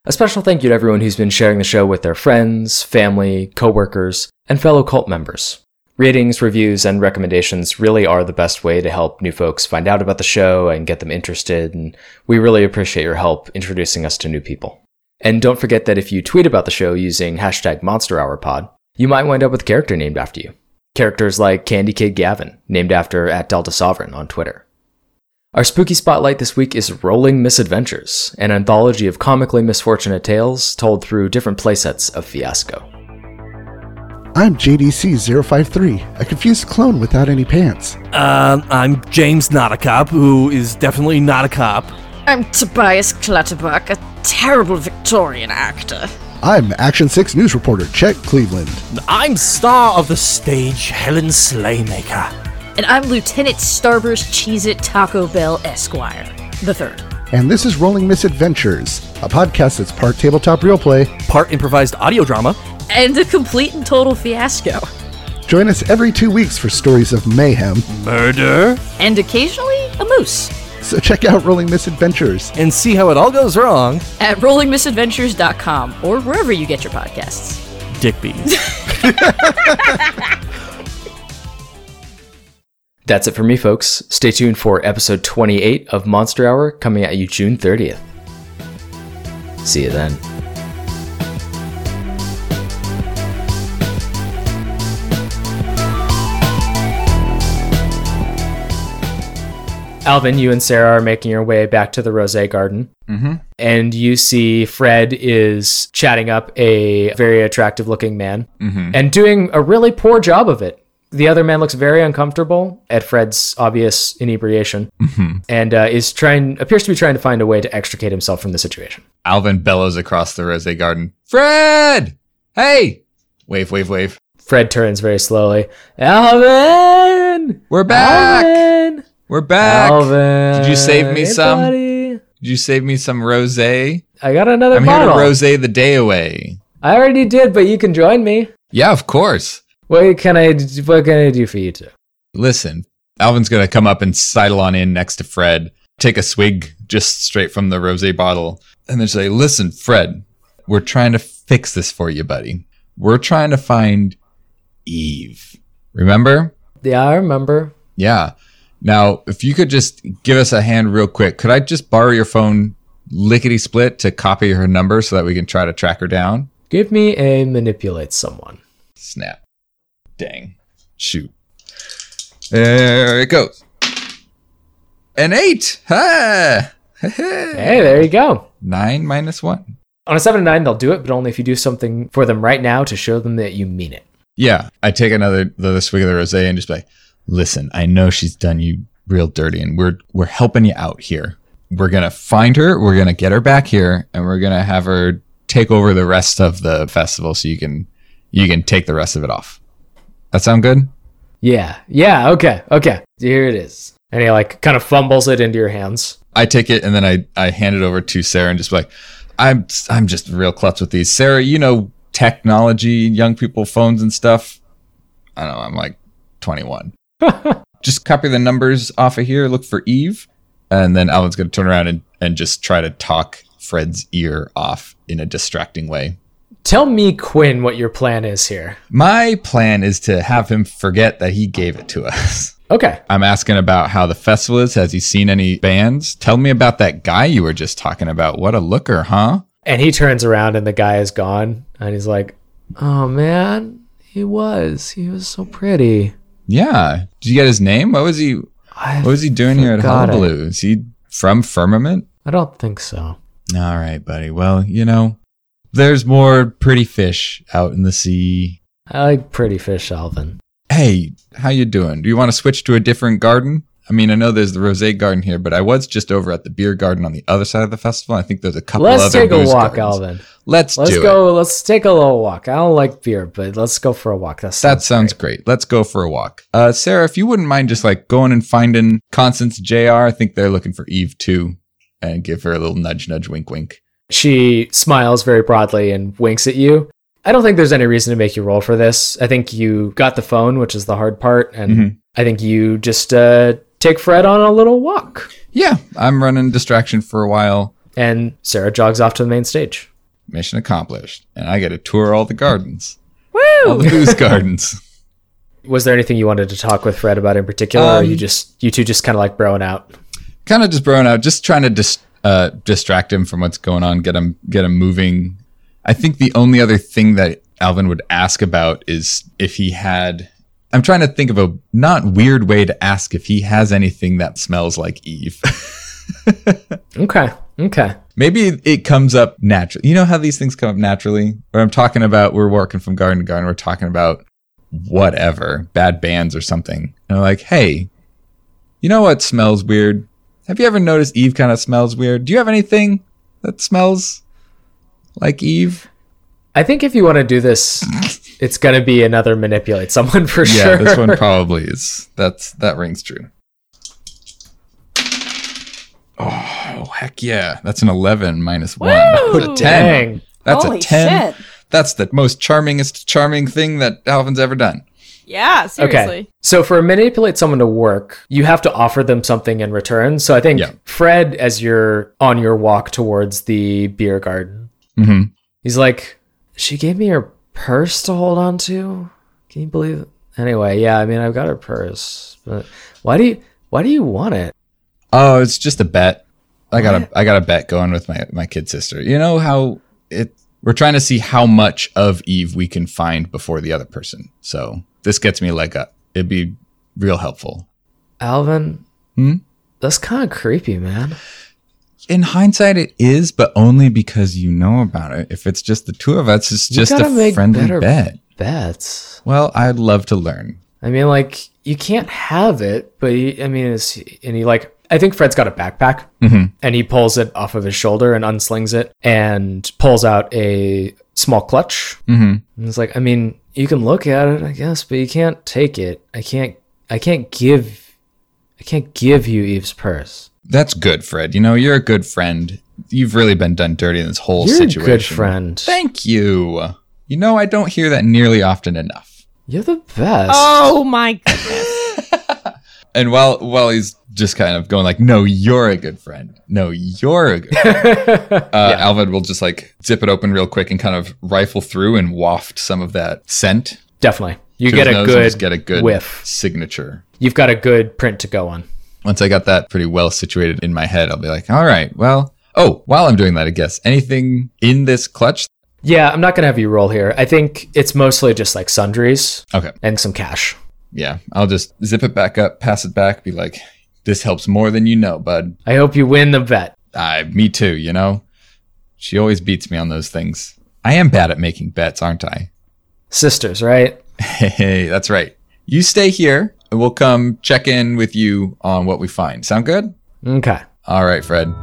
A special thank you to everyone who's been sharing the show with their friends, family, coworkers, and fellow cult members. Ratings, reviews, and recommendations really are the best way to help new folks find out about the show and get them interested, and we really appreciate your help introducing us to new people. And don't forget that if you tweet about the show using hashtag MonsterHourPod, you might wind up with a character named after you. Characters like Candy Kid Gavin, named after at Delta Sovereign on Twitter. Our spooky spotlight this week is Rolling Misadventures, an anthology of comically misfortunate tales told through different playsets of Fiasco.
I'm JDC053, a confused clone without any pants.
Um, I'm James, not a cop, who is definitely not a cop.
I'm Tobias Clutterbuck, a terrible Victorian actor.
I'm Action 6 news reporter Chet Cleveland.
I'm star of the stage, Helen Slaymaker.
And I'm Lieutenant Starburst Cheez It Taco Bell Esquire, the third.
And this is Rolling Misadventures, a podcast that's part tabletop real play.
Part improvised audio drama.
And a complete and total fiasco.
Join us every two weeks for stories of mayhem.
Murder.
And occasionally, a moose.
So check out Rolling Misadventures.
And see how it all goes wrong.
At rollingmisadventures.com or wherever you get your podcasts.
Dickbees.
That's it for me, folks. Stay tuned for episode 28 of Monster Hour coming at you June 30th. See you then. Alvin, you and Sarah are making your way back to the Rose Garden.
Mhm.
And you see Fred is chatting up a very attractive looking man
Mm-hmm.
and doing a really poor job of it. The other man looks very uncomfortable at Fred's obvious inebriation
Mm-hmm.
and uh, is trying appears to be trying to find a way to extricate himself from the situation.
Alvin bellows across the rose garden. Fred! Hey! Wave, wave, wave.
Fred turns very slowly. Alvin,
We're back!
Alvin,
We're back!
Alvin.
Did you save me
Hey,
some?
buddy.
Did you save me some rose? I'm
I got another
here to
bottle.
rose the day away.
I already did, but you can join me.
Yeah, of course.
What can I? d- What can I do for you? Two?
Listen, Alvin's going to come up and sidle on in next to Fred, take a swig just straight from the rose bottle, and then say, Listen, Fred, we're trying to fix this for you, buddy. We're trying to find Eve. Remember?
Yeah, I remember.
Yeah. Now, if you could just give us a hand real quick, could I just borrow your phone lickety split to copy her number so that we can try to track her down?
Give me a manipulate someone.
Snap. Dang. Shoot. There it goes. An eight. Ha!
Hey, there you go.
Nine minus one.
On a seven to nine, they'll do it, but only if you do something for them right now to show them that you mean it.
Yeah. I take another another swig of the rosé and just be like, listen, I know she's done you real dirty, and we're we're helping you out here. We're gonna find her. We're gonna get her back here, and we're gonna have her take over the rest of the festival, so you can you can take the rest of it off. That sound good?
Yeah, yeah, okay, okay. Here it is. And he like kind of fumbles it into your hands.
I take it and then I, I hand it over to Sarah and just be like, I'm I'm just real klutz with these. Sarah, you know technology, young people, phones and stuff. I don't know, I'm like 21. just copy the numbers off of here, look for Eve, and then Alvin's going to turn around and, and just try to talk Fred's ear off in a distracting way.
Tell me, Quinn, what your plan is here.
My plan is to have him forget that he gave it to us.
Okay.
I'm asking about how the festival is. Has he seen any bands? Tell me about that guy you were just talking about. What a looker, huh?
And he turns around and the guy is gone. And he's like, oh, man, he was. He was so pretty.
Yeah. Did you get his name? What was he what
I,
was he doing here at
forgot it.
Hullabaloo? Is he from Firmament?
I don't think so.
All right, buddy. Well, you know, there's more pretty fish out in the sea.
I like pretty fish, Alvin.
Hey, how you doing? Do you want to switch to a different garden? I mean, I know there's the rosé garden here, but I was just over at the beer garden on the other side of the festival. I think there's a couple
Let's
other
take a
booze
walk,
gardens.
Alvin.
Let's,
Let's
do it.
go. Let's take a little walk. I don't like beer, but let's go for a walk. That
That
sounds,
sounds great. Let's go for a walk. Uh, Sarah, if you wouldn't mind just like going and finding Constance JR, I think they're looking for Eve too, and give her a little nudge, nudge, wink, wink.
She smiles very broadly and winks at you. I don't think there's any reason to make you roll for this. I think you got the phone, which is the hard part, and
Mhm.
I think you just uh, take Fred on a little walk.
Yeah, I'm running distraction for a while.
And Sarah jogs off to the main stage.
Mission accomplished. And I get to tour all the gardens, all
Woo!
the booze gardens.
Was there anything you wanted to talk with Fred about in particular, or
Um,
you just you two just kind of like broing out?
Kind of just broing out, just trying to dis- uh, distract him from what's going on, get him, get him moving. I think the only other thing that Alvin would ask about is if he had. I'm trying to think of a not weird way to ask if he has anything that smells like Eve.
Okay, okay.
Maybe it- it comes up naturally. You know how these things come up naturally? Or I'm talking about, we're working from garden to garden, we're talking about whatever, bad bands or something. And I'm like, hey, you know what smells weird? Have you ever noticed Eve kind of smells weird? Do you have anything that smells like Eve?
I think if you want to do this, it's gonna be another manipulate someone for
Yeah,
sure.
this one probably is. That's that rings true. Oh heck yeah! That's an eleven minus one. That's a
Woo!
ten.
Dang.
That's
Holy
a ten.
shit.
That's the most charmingest charming thing that Alvin's ever done.
Yeah, seriously.
Okay. So for manipulate someone to work, you have to offer them something in return. So I think
Yeah.
Fred, as you're on your walk towards the beer garden,
Mm-hmm.
he's like, "She gave me her purse to hold on to. Can you believe?" It? Anyway, yeah, I mean, I've got her purse, but why do you why do you want it?
Oh, it's just a bet. I got a I got a bet going with my my kid sister. You know how it we're trying to see how much of Eve we can find before the other person. So this gets me like a it'd be real helpful.
Alvin,
Hmm?
that's kind of creepy, man.
In hindsight, it is, but only because you know about it. If it's just the two of us, it's
You
just
gotta
a
make
friendly
better-
bet.
Bets.
Well, I'd love to learn.
I mean, like you can't have it, but he, I mean, it's, and he like I think Fred's got a backpack,
Mhm.
and he pulls it off of his shoulder and unslings it, and pulls out a small clutch.
Mm-hmm.
And it's like, I mean, you can look at it, I guess, but you can't take it. I can't. I can't give. I can't give you Eve's purse.
That's good, Fred. You know, you're a good friend. You've really been done dirty in this whole
You're
situation.
a good friend.
Thank you. You know, I don't hear that nearly often enough.
You're the best.
Oh my goodness.
And while while he's just kind of going like, "No, you're a good friend. No, you're a good friend," uh, Alvin will just like zip it open real quick and kind of rifle through and waft some of that scent.
definitely. You
to
get
his
a
nose and
good
just get a good
whiff.
signature.
You've got a good print to go on.
Once I got that pretty well situated in my head, I'll be like, "All right, well." Oh, while I'm doing that, I guess anything in this clutch.
Yeah, I'm not gonna have you roll here. I think it's mostly just like sundries
Okay.
and some cash.
Yeah, I'll just zip it back up, pass it back, be like, "This helps more than you know, bud."
I hope you win the bet.
I, me too, you know? She always beats me on those things. I am bad at making bets, aren't I?
Sisters, right?
Hey, that's right. You stay here, and we'll come check in with you on what we find. Sound good?
Okay.
All right, Fred.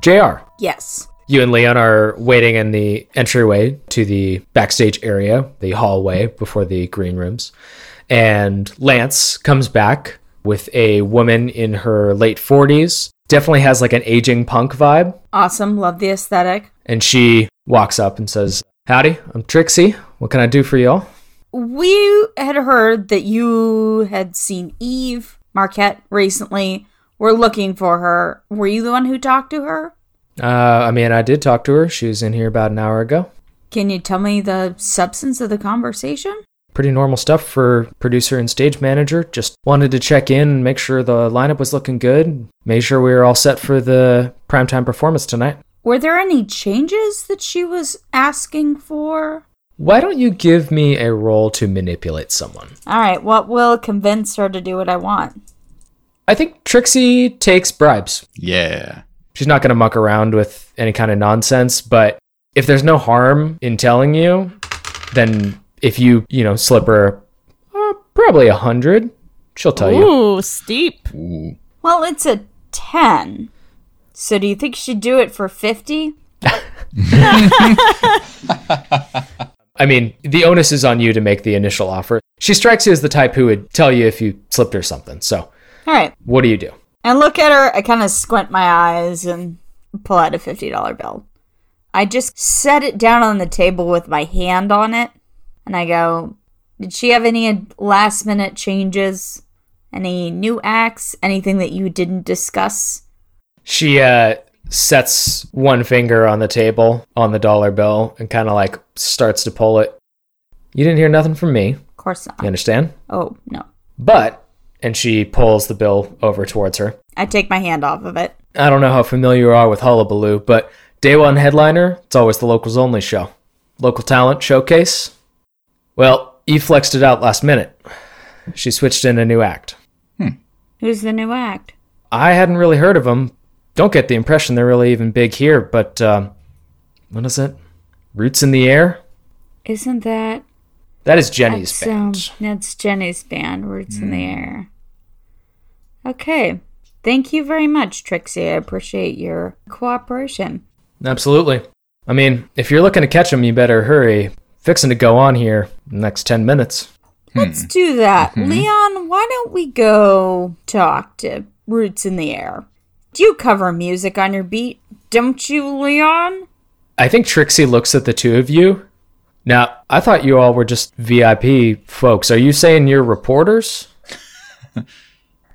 JR,
Yes.
you and Leon are waiting in the entryway to the backstage area, the hallway before the green rooms. And Lance comes back with a woman in her late 40s. Definitely has like an aging punk vibe.
Awesome. Love the aesthetic.
And she walks up and says, Howdy, I'm Trixie. What can I do for y'all?
We had heard that you had seen Eve Marquette recently. We're looking for her. Were you the one who talked to her?
Uh, I mean, I did talk to her. She was in here about an hour ago.
Can you tell me the substance of the conversation?
Pretty normal stuff for producer and stage manager. Just wanted to check in and make sure the lineup was looking good. Made sure we were all set for the primetime performance tonight.
Were there any changes that she was asking for?
Why don't you give me a role to manipulate someone?
All right, what will convince her to do what I want?
I think Trixie takes bribes.
Yeah.
She's not going to muck around with any kind of nonsense, but if there's no harm in telling you, then if you, you know, slip her uh, probably a hundred, she'll tell you.
Ooh, steep.
Ooh.
Well, it's a 10. So do you think she'd do it for 50?
I mean, the onus is on you to make the initial offer. She strikes you as the type who would tell you if you slipped her something. So,
All right.
what do you do?
And look at her. I kind of squint my eyes and pull out a $50 bill. I just set it down on the table with my hand on it. And I go, Did she have any last minute changes? Any new acts? Anything that you didn't discuss?
She uh, sets one finger on the table on the dollar bill and kind of like starts to pull it. You didn't hear nothing from me.
Of course not.
You understand?
Oh, no.
But, and she pulls the bill over towards her.
I take my hand off of it.
I don't know how familiar you are with Hullabaloo, but day one headliner, it's always the locals only show. Local talent showcase. Well, Eve flexed it out last minute. She switched in a new act.
Who's the new act?
I hadn't really heard of them. Don't get the impression they're really even big here, but um, what is it? Roots in the Air?
Isn't that
That is Jenny's
that's, um,
band. Hmm.
that's Jenny's band, Roots in the Air. Okay. Thank you very much, Trixie. I appreciate your cooperation.
Absolutely. I mean, if you're looking to catch them, you better hurry. Fixing to go on here in the next 10 minutes.
Let's do that.
Mm-hmm.
Leon, why don't we go talk to Roots in the Air? Do you cover music on your beat? Don't you, Leon?
I think Trixie looks at the two of you. Now, I thought you all were just VIP folks. Are you saying you're reporters?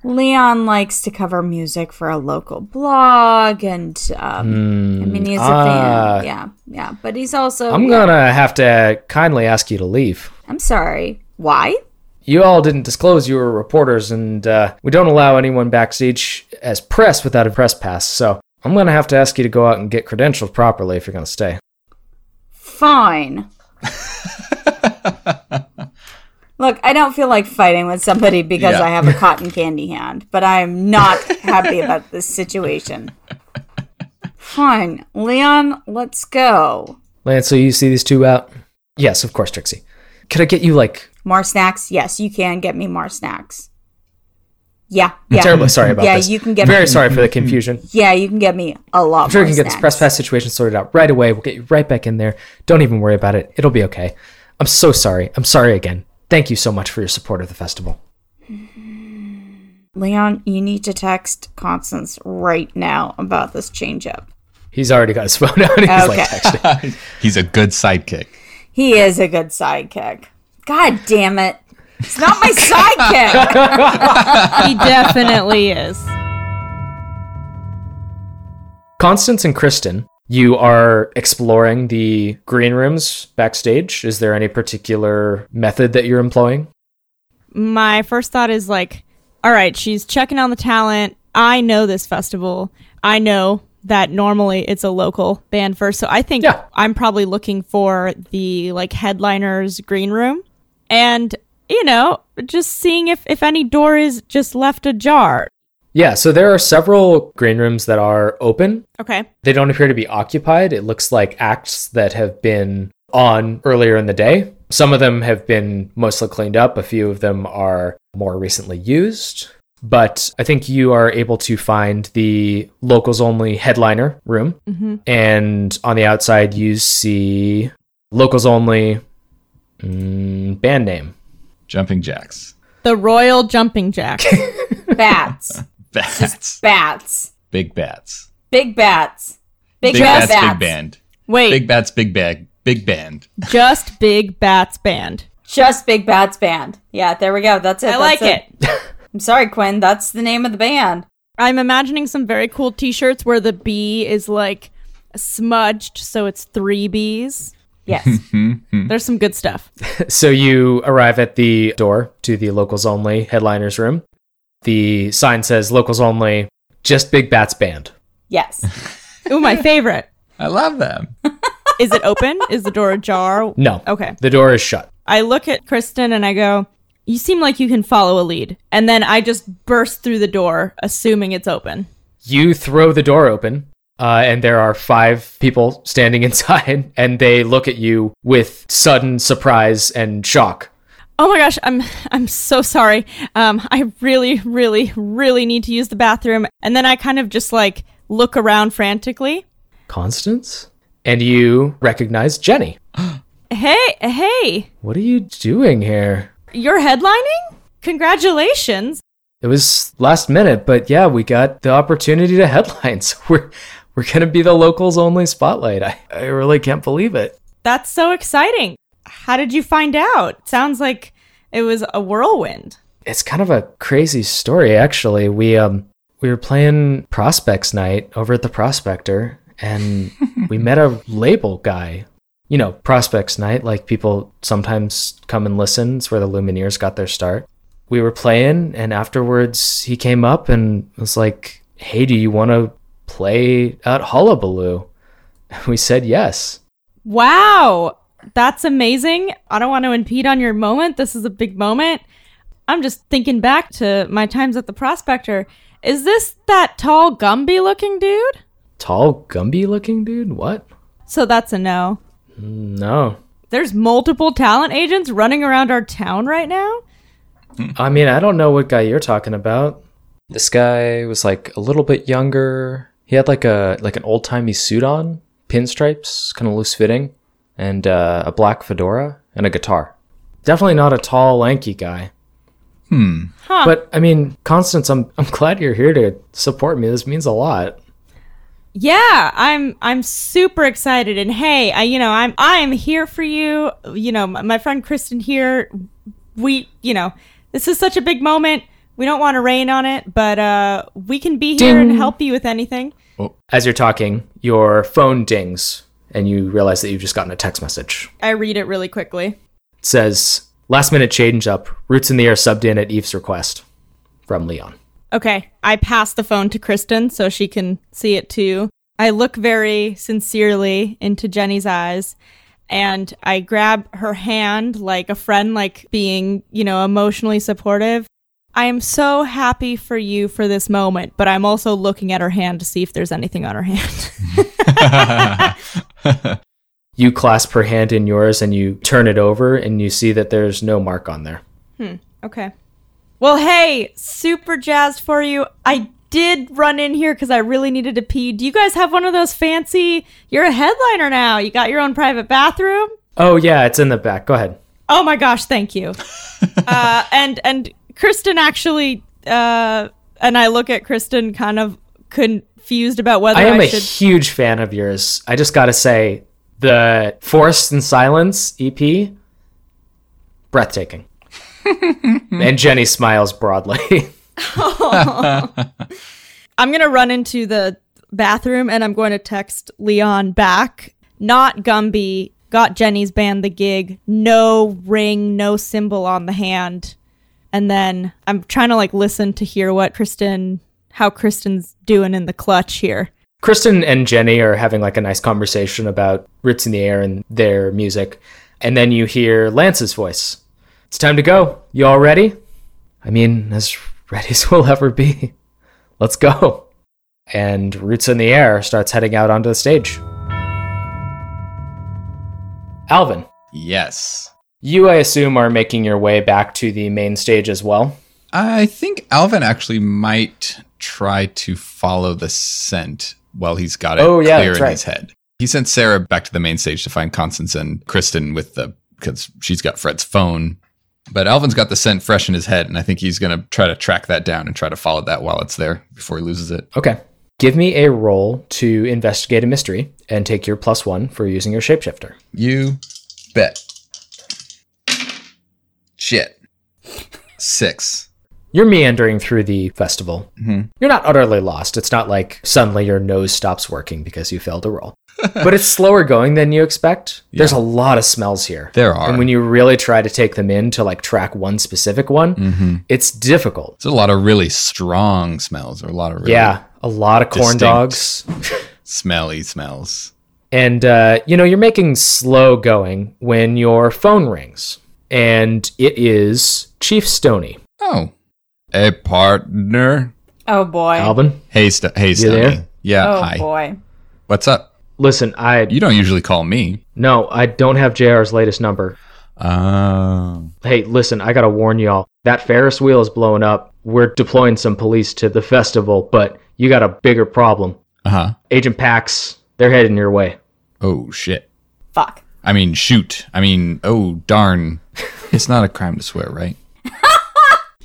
Leon likes to cover music for a local blog, and um, I mean, he's a
ah.
fan. Yeah, yeah. But he's also.
I'm
Oh, yeah.
gonna have to kindly ask you to leave.
I'm sorry. Why?
You all didn't disclose you were reporters, and uh, we don't allow anyone backstage as press without a press pass, so I'm gonna have to ask you to go out and get credentialed properly if you're gonna stay.
Fine. Look, I don't feel like fighting with somebody because
Yeah.
I have a cotton candy hand, but I'm not happy about this situation. Fine. Leon, let's go.
Lance, so you see these two out? Yes, of course, Trixie. Could I get you, like,
More snacks? Yes, you can get me more snacks. Yeah. Yeah.
terribly sorry about
Yeah,
this.
you can get
Very sorry for the confusion.
Yeah, you can get me a lot
I'm sure
more
we can get this
snacks.
press pass situation sorted out right away. We'll get you right back in there. Don't even worry about it. It'll be okay. I'm so sorry. I'm sorry again. Thank you so much for your support of the festival.
Leon, you need to text Constance right now about this change up.
He's already got his phone out. He's like
Okay.
texting.
He's a good sidekick.
He is a good sidekick. God damn it. It's not my sidekick.
He definitely is.
Constance and Kristen, you are exploring the green rooms backstage. Is there any particular method that you're employing?
my first thought is like, all right, she's checking on the talent. I know this festival. I know that normally it's a local band first. So I think
Yeah.
I'm probably looking for the like headliners green room and you know, just seeing if if any door is just left ajar.
Yeah, so there are several green rooms that are open.
Okay.
They don't appear to be occupied. It looks like acts that have been on earlier in the day. Some of them have been mostly cleaned up, a few of them are more recently used. But I think you are able to find the locals only headliner room.
Mhm.
And on the outside, you see locals only mm, band name.
Jumping jacks.
The Royal Jumping Jack.
bats.
Bats.
Bats.
Big bats.
Big bats. Big,
Big
bad
bats, big band.
Wait.
Big bats, big bag. Big band.
Just Big Bats Band.
Just Big Bats Band. Yeah, there we go. That's it.
I
That's
like it.
I'm sorry, Quinn. That's the name of the band.
I'm imagining some very cool T-shirts where the B is like smudged, so it's three B's.
Yes.
There's some good stuff.
So you arrive at the door to the locals only headliners room. The sign says locals only, just Big Bats Band.
yes.
Ooh, my favorite.
I love them.
Is it open? Is the door ajar?
No.
Okay.
The door is shut.
I look at Kristen and I go, "You seem like you can follow a lead." And then I just burst through the door, assuming it's open.
You throw the door open, uh, and there are five people standing inside, and they look at you with sudden surprise and shock.
Oh my gosh, I'm I'm so sorry. Um, I really, really, really need to use the bathroom. And then I kind of just like look around frantically.
Constance? And you recognize Jenny.
Hey, hey,
What are you doing here?
you're headlining? Congratulations.
It was last minute, but yeah, we got the opportunity to headline. So we're we're gonna be the locals only spotlight. I, I really can't believe it.
That's so exciting. How did you find out? Sounds like it was a whirlwind.
It's kind of a crazy story, actually. We um we were playing Prospects Night over at the Prospector, and we met a label guy. You know, Prospects Night, like people sometimes come and listen. It's where the Lumineers got their start. We were playing, and afterwards he came up and was like, "Hey, do you want to play at Hullabaloo?" We said yes.
Wow, that's amazing. I don't want to impede on your moment. This is a big moment. I'm just thinking back to my times at the Prospector. Is this that tall Gumby looking dude?
Tall, Gumby-looking dude. What?
So that's a no.
No,
There's multiple talent agents running around our town right now.
I mean, I don't know what guy you're talking about. This guy was like a little bit younger. He had like a like an old timey suit on, pinstripes, kind of loose fitting, and uh, a black fedora and a guitar. Definitely not a tall, lanky guy. Hmm. But I mean, Constance, I'm I'm glad you're here to support me. This means a lot.
Yeah, I'm I'm super excited and hey, I you know, I'm I'm here for you. You know, my, my friend Kristen here, we, you know, this is such a big moment. We don't want to rain on it, but uh we can be here and help you with anything.
As you're talking, your phone dings, and you realize that you've just gotten a text message.
I read it really quickly.
It says, "Last minute change up. Roots in the air subbed in at Eve's request." From Leon.
Okay, I pass the phone to Kristen so she can see it too. I look very sincerely into Jenny's eyes and I grab her hand like a friend, like being, you know, emotionally supportive. I am so happy for you for this moment, but I'm also looking at her hand to see if there's anything on her hand.
you clasp her hand in yours and you turn it over and you see that there's no mark on there.
Okay. Well, hey, super jazzed for you. I did run in here because I really needed to pee. Do you guys have one of those fancy? You're a headliner now. You got your own private bathroom.
Oh yeah, it's in the back. Go ahead.
Oh my gosh, thank you. uh, and and Kristen actually, uh, and I look at Kristen kind of confused about whether
I
I,
am a
should.
huge fan of yours. I just got to say the Forest and Silence EP breathtaking. and Jenny smiles broadly.
I'm gonna run into the bathroom and I'm going to text Leon back. Not Gumby. Got Jenny's band the gig. No ring, no symbol on the hand. And then I'm trying to like listen to hear what Kristen, how Kristen's doing in the clutch here.
Kristen and Jenny are having like a nice conversation about Roots in the Air and their music. And then you hear Lance's voice. It's time to go. You all ready? I mean, as ready as we'll ever be. Let's go. And Roots in the Air starts heading out onto the stage. Alvin,
yes.
you, I assume, are making your way back to the main stage as well.
I think Alvin actually might try to follow the scent while he's got it
Oh, yeah,
clear
that's
in
right.
his head. He sent Sarah back to the main stage to find Constance and Kristen with the because she's got Fred's phone. But Alvin's got the scent fresh in his head, and I think he's gonna try to track that down and try to follow that while it's there before he loses it.
Okay. Give me a roll to investigate a mystery and take your plus one for using your shapeshifter.
You bet. Shit. Six.
You're meandering through the festival.
Mm-hmm.
You're not utterly lost. It's not like suddenly your nose stops working because you failed a roll. but it's slower going than you expect. There's a lot of smells here.
There are.
And when you really try to take them in to like track one specific one,
Mm-hmm.
it's difficult.
There's a lot of really strong smells, or a lot of really
Yeah, a lot of corn
Distinct.
dogs.
smelly smells.
And, uh, you know, you're making slow going when your phone rings. And it is Chief Stony.
Oh, a partner.
Oh boy.
Alvin,
Hey, St- hey, Stony.
there?
Yeah.
oh
hi.
boy.
What's up?
listen, I.
You don't usually call me.
No, I don't have JR's latest number.
Oh.
Hey, listen, I gotta warn y'all. That Ferris wheel is blowing up. We're deploying some police to the festival, but you got a bigger problem.
Uh huh.
Agent Pax, they're heading your way.
Oh shit.
Fuck.
I mean, shoot. I mean, oh darn. it's not a crime to swear, right?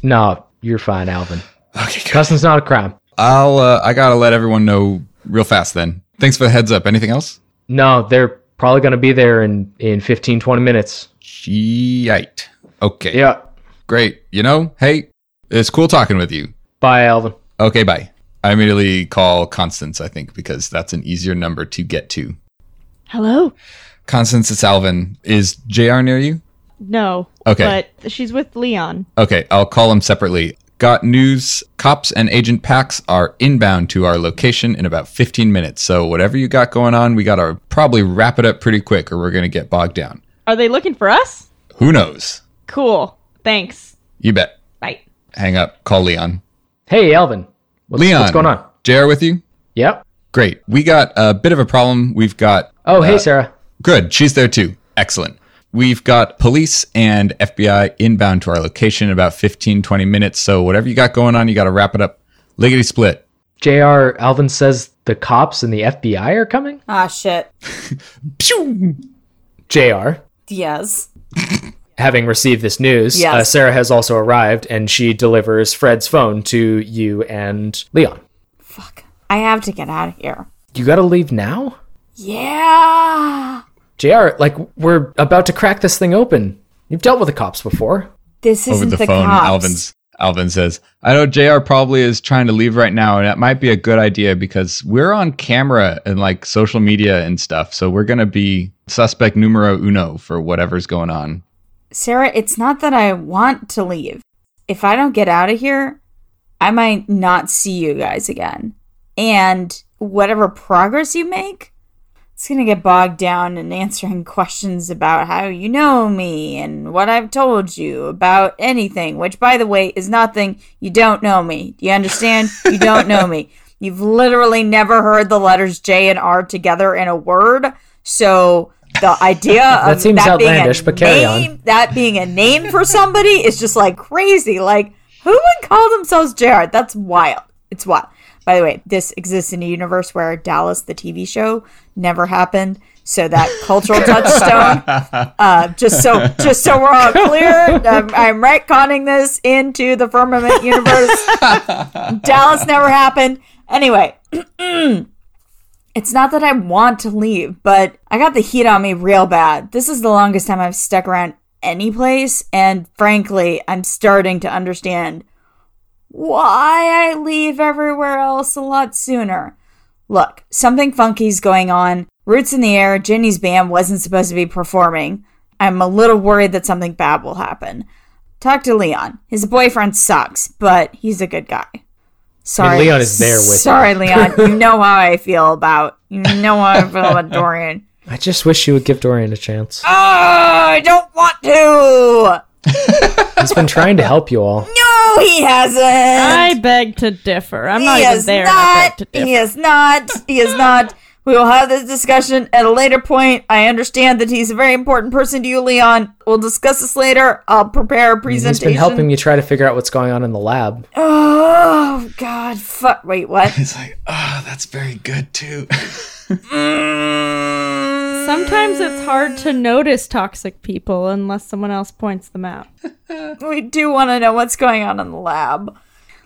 No, you're fine, Alvin.
Okay, good.
Cussing's not a crime.
I'll. Uh, I gotta let everyone know real fast then. Thanks for the heads up. Anything else?
No, they're probably gonna be there in, in 15, 20 minutes.
Shite. Okay.
Yeah.
Great. You know, hey, it's cool talking with you.
Bye, Alvin.
Okay, bye. I immediately call Constance, I think, because that's an easier number to get to.
Hello?
Constance, it's Alvin. Is JR near you?
No.
Okay.
But she's with Leon.
Okay, I'll call him separately. Got news. Cops and Agent Pax are inbound to our location in about 15 minutes. So, whatever you got going on, we got to probably wrap it up pretty quick or we're going to get bogged down.
Are they looking for us?
Who knows?
Cool. Thanks.
You bet.
Bye.
Hang up. Call Leon.
Hey, Alvin. What's,
Leon.
What's going on?
JR with you?
Yep.
Great. We got a bit of a problem. We've got
Oh, hey, Sarah.
Good. She's there too. Excellent. We've got police and FBI inbound to our location in about 15, 20 minutes. So whatever you got going on, you got to wrap it up. Liggity split.
JR, Alvin says the cops and the FBI are coming?
Ah shit.
Pew!
JR,
Yes.
having received this news,
Yes.
uh, Sarah has also arrived and she delivers Fred's phone to you and Leon.
Fuck. I have to get out of here.
You gotta leave now?
Yeah.
JR, like, we're about to crack this thing open. You've dealt with the cops before.
This isn't
Over the, phone,
cops.
Alvin's Alvin says, I know JR probably is trying to leave right now, and that might be a good idea because we're on camera and like social media and stuff. So we're gonna be suspect numero uno for whatever's going on.
Sarah, it's not that I want to leave. If I don't get out of here, I might not see you guys again. And whatever progress you make, it's going to get bogged down in answering questions about how you know me and what I've told you about anything, which, by the way, is nothing. You don't know me. Do you understand? you don't know me. You've literally never heard the letters J and R together in a word. So the idea
That
of
seems
that being a
outlandish, but carry on.
name- that being a name for somebody is just like crazy. Like, who would call themselves Jared? That's wild. It's wild. By the way, this exists in a universe where Dallas, the TV show, never happened. So that cultural touchstone, uh, just so just so we're all clear, I'm, I'm retconning this into the firmament universe. Dallas never happened. Anyway, it's not that I want to leave, but I got the heat on me real bad. This is the longest time I've stuck around any place, and frankly, I'm starting to understand why I leave everywhere else a lot sooner. Look, something funky's going on. Roots in the Air, Jenny's band wasn't supposed to be performing. I'm a little worried that something bad will happen. Talk to Leon. His boyfriend sucks, but he's a good guy. Sorry.
Leon is there with you.
Sorry, Leon. You know how I feel about you know how I feel about Dorian.
I just wish you would give Dorian a chance.
Oh, I don't want to.
He's been trying to help you all.
No, he hasn't.
I beg to differ. I'm not
he
even
is
there. and I beg
not.
to differ.
He is not. He is not. We will have this discussion at a later point. I understand that he's a very important person to you, Leon. We'll discuss this later. I'll prepare a presentation.
He's been helping you try to figure out what's going on in the lab.
Oh God! Fuck! Wait, what?
It's like, oh, that's very good too.
Sometimes it's hard to notice toxic people unless someone else points them out.
we do want to know what's going on in the lab.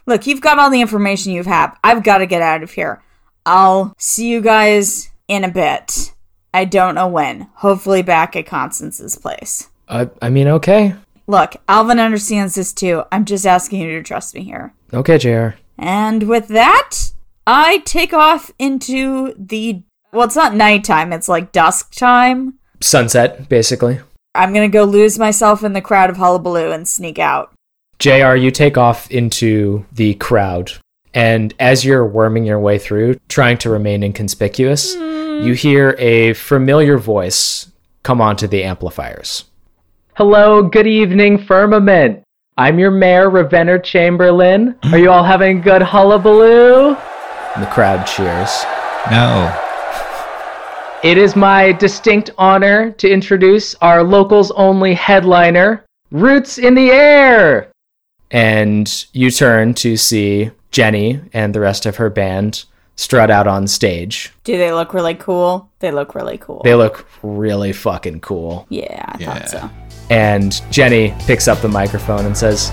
Look, you've got all the information you've had. I've got to get out of here. I'll see you guys in a bit. I don't know when. Hopefully, back at Constance's place.
I, I mean, okay.
Look, Alvin understands this too. I'm just asking you to trust me here.
Okay, JR.
And with that, I take off into the. Well, it's not nighttime, it's like dusk time.
Sunset, basically.
I'm gonna go lose myself in the crowd of hullabaloo and sneak out.
JR, you take off into the crowd. And as you're worming your way through, trying to remain inconspicuous, you hear a familiar voice come onto the amplifiers. Hello, good evening, firmament. I'm your mayor, Ravenner Chamberlain. Are you all having a good hullabaloo? And the crowd cheers.
No.
It is my distinct honor to introduce our locals only headliner, Roots in the Air! And you turn to see Jenny and the rest of her band strut out on stage.
Do they look really cool? They look really cool.
They look really fucking cool.
yeah, I
Yeah.
thought so.
And Jenny picks up the microphone and says,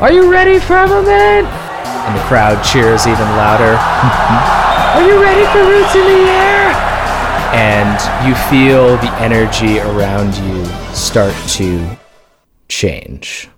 Are you ready, firmament? And the crowd cheers even louder. Are you ready for roots in the air? And you feel the energy around you start to change.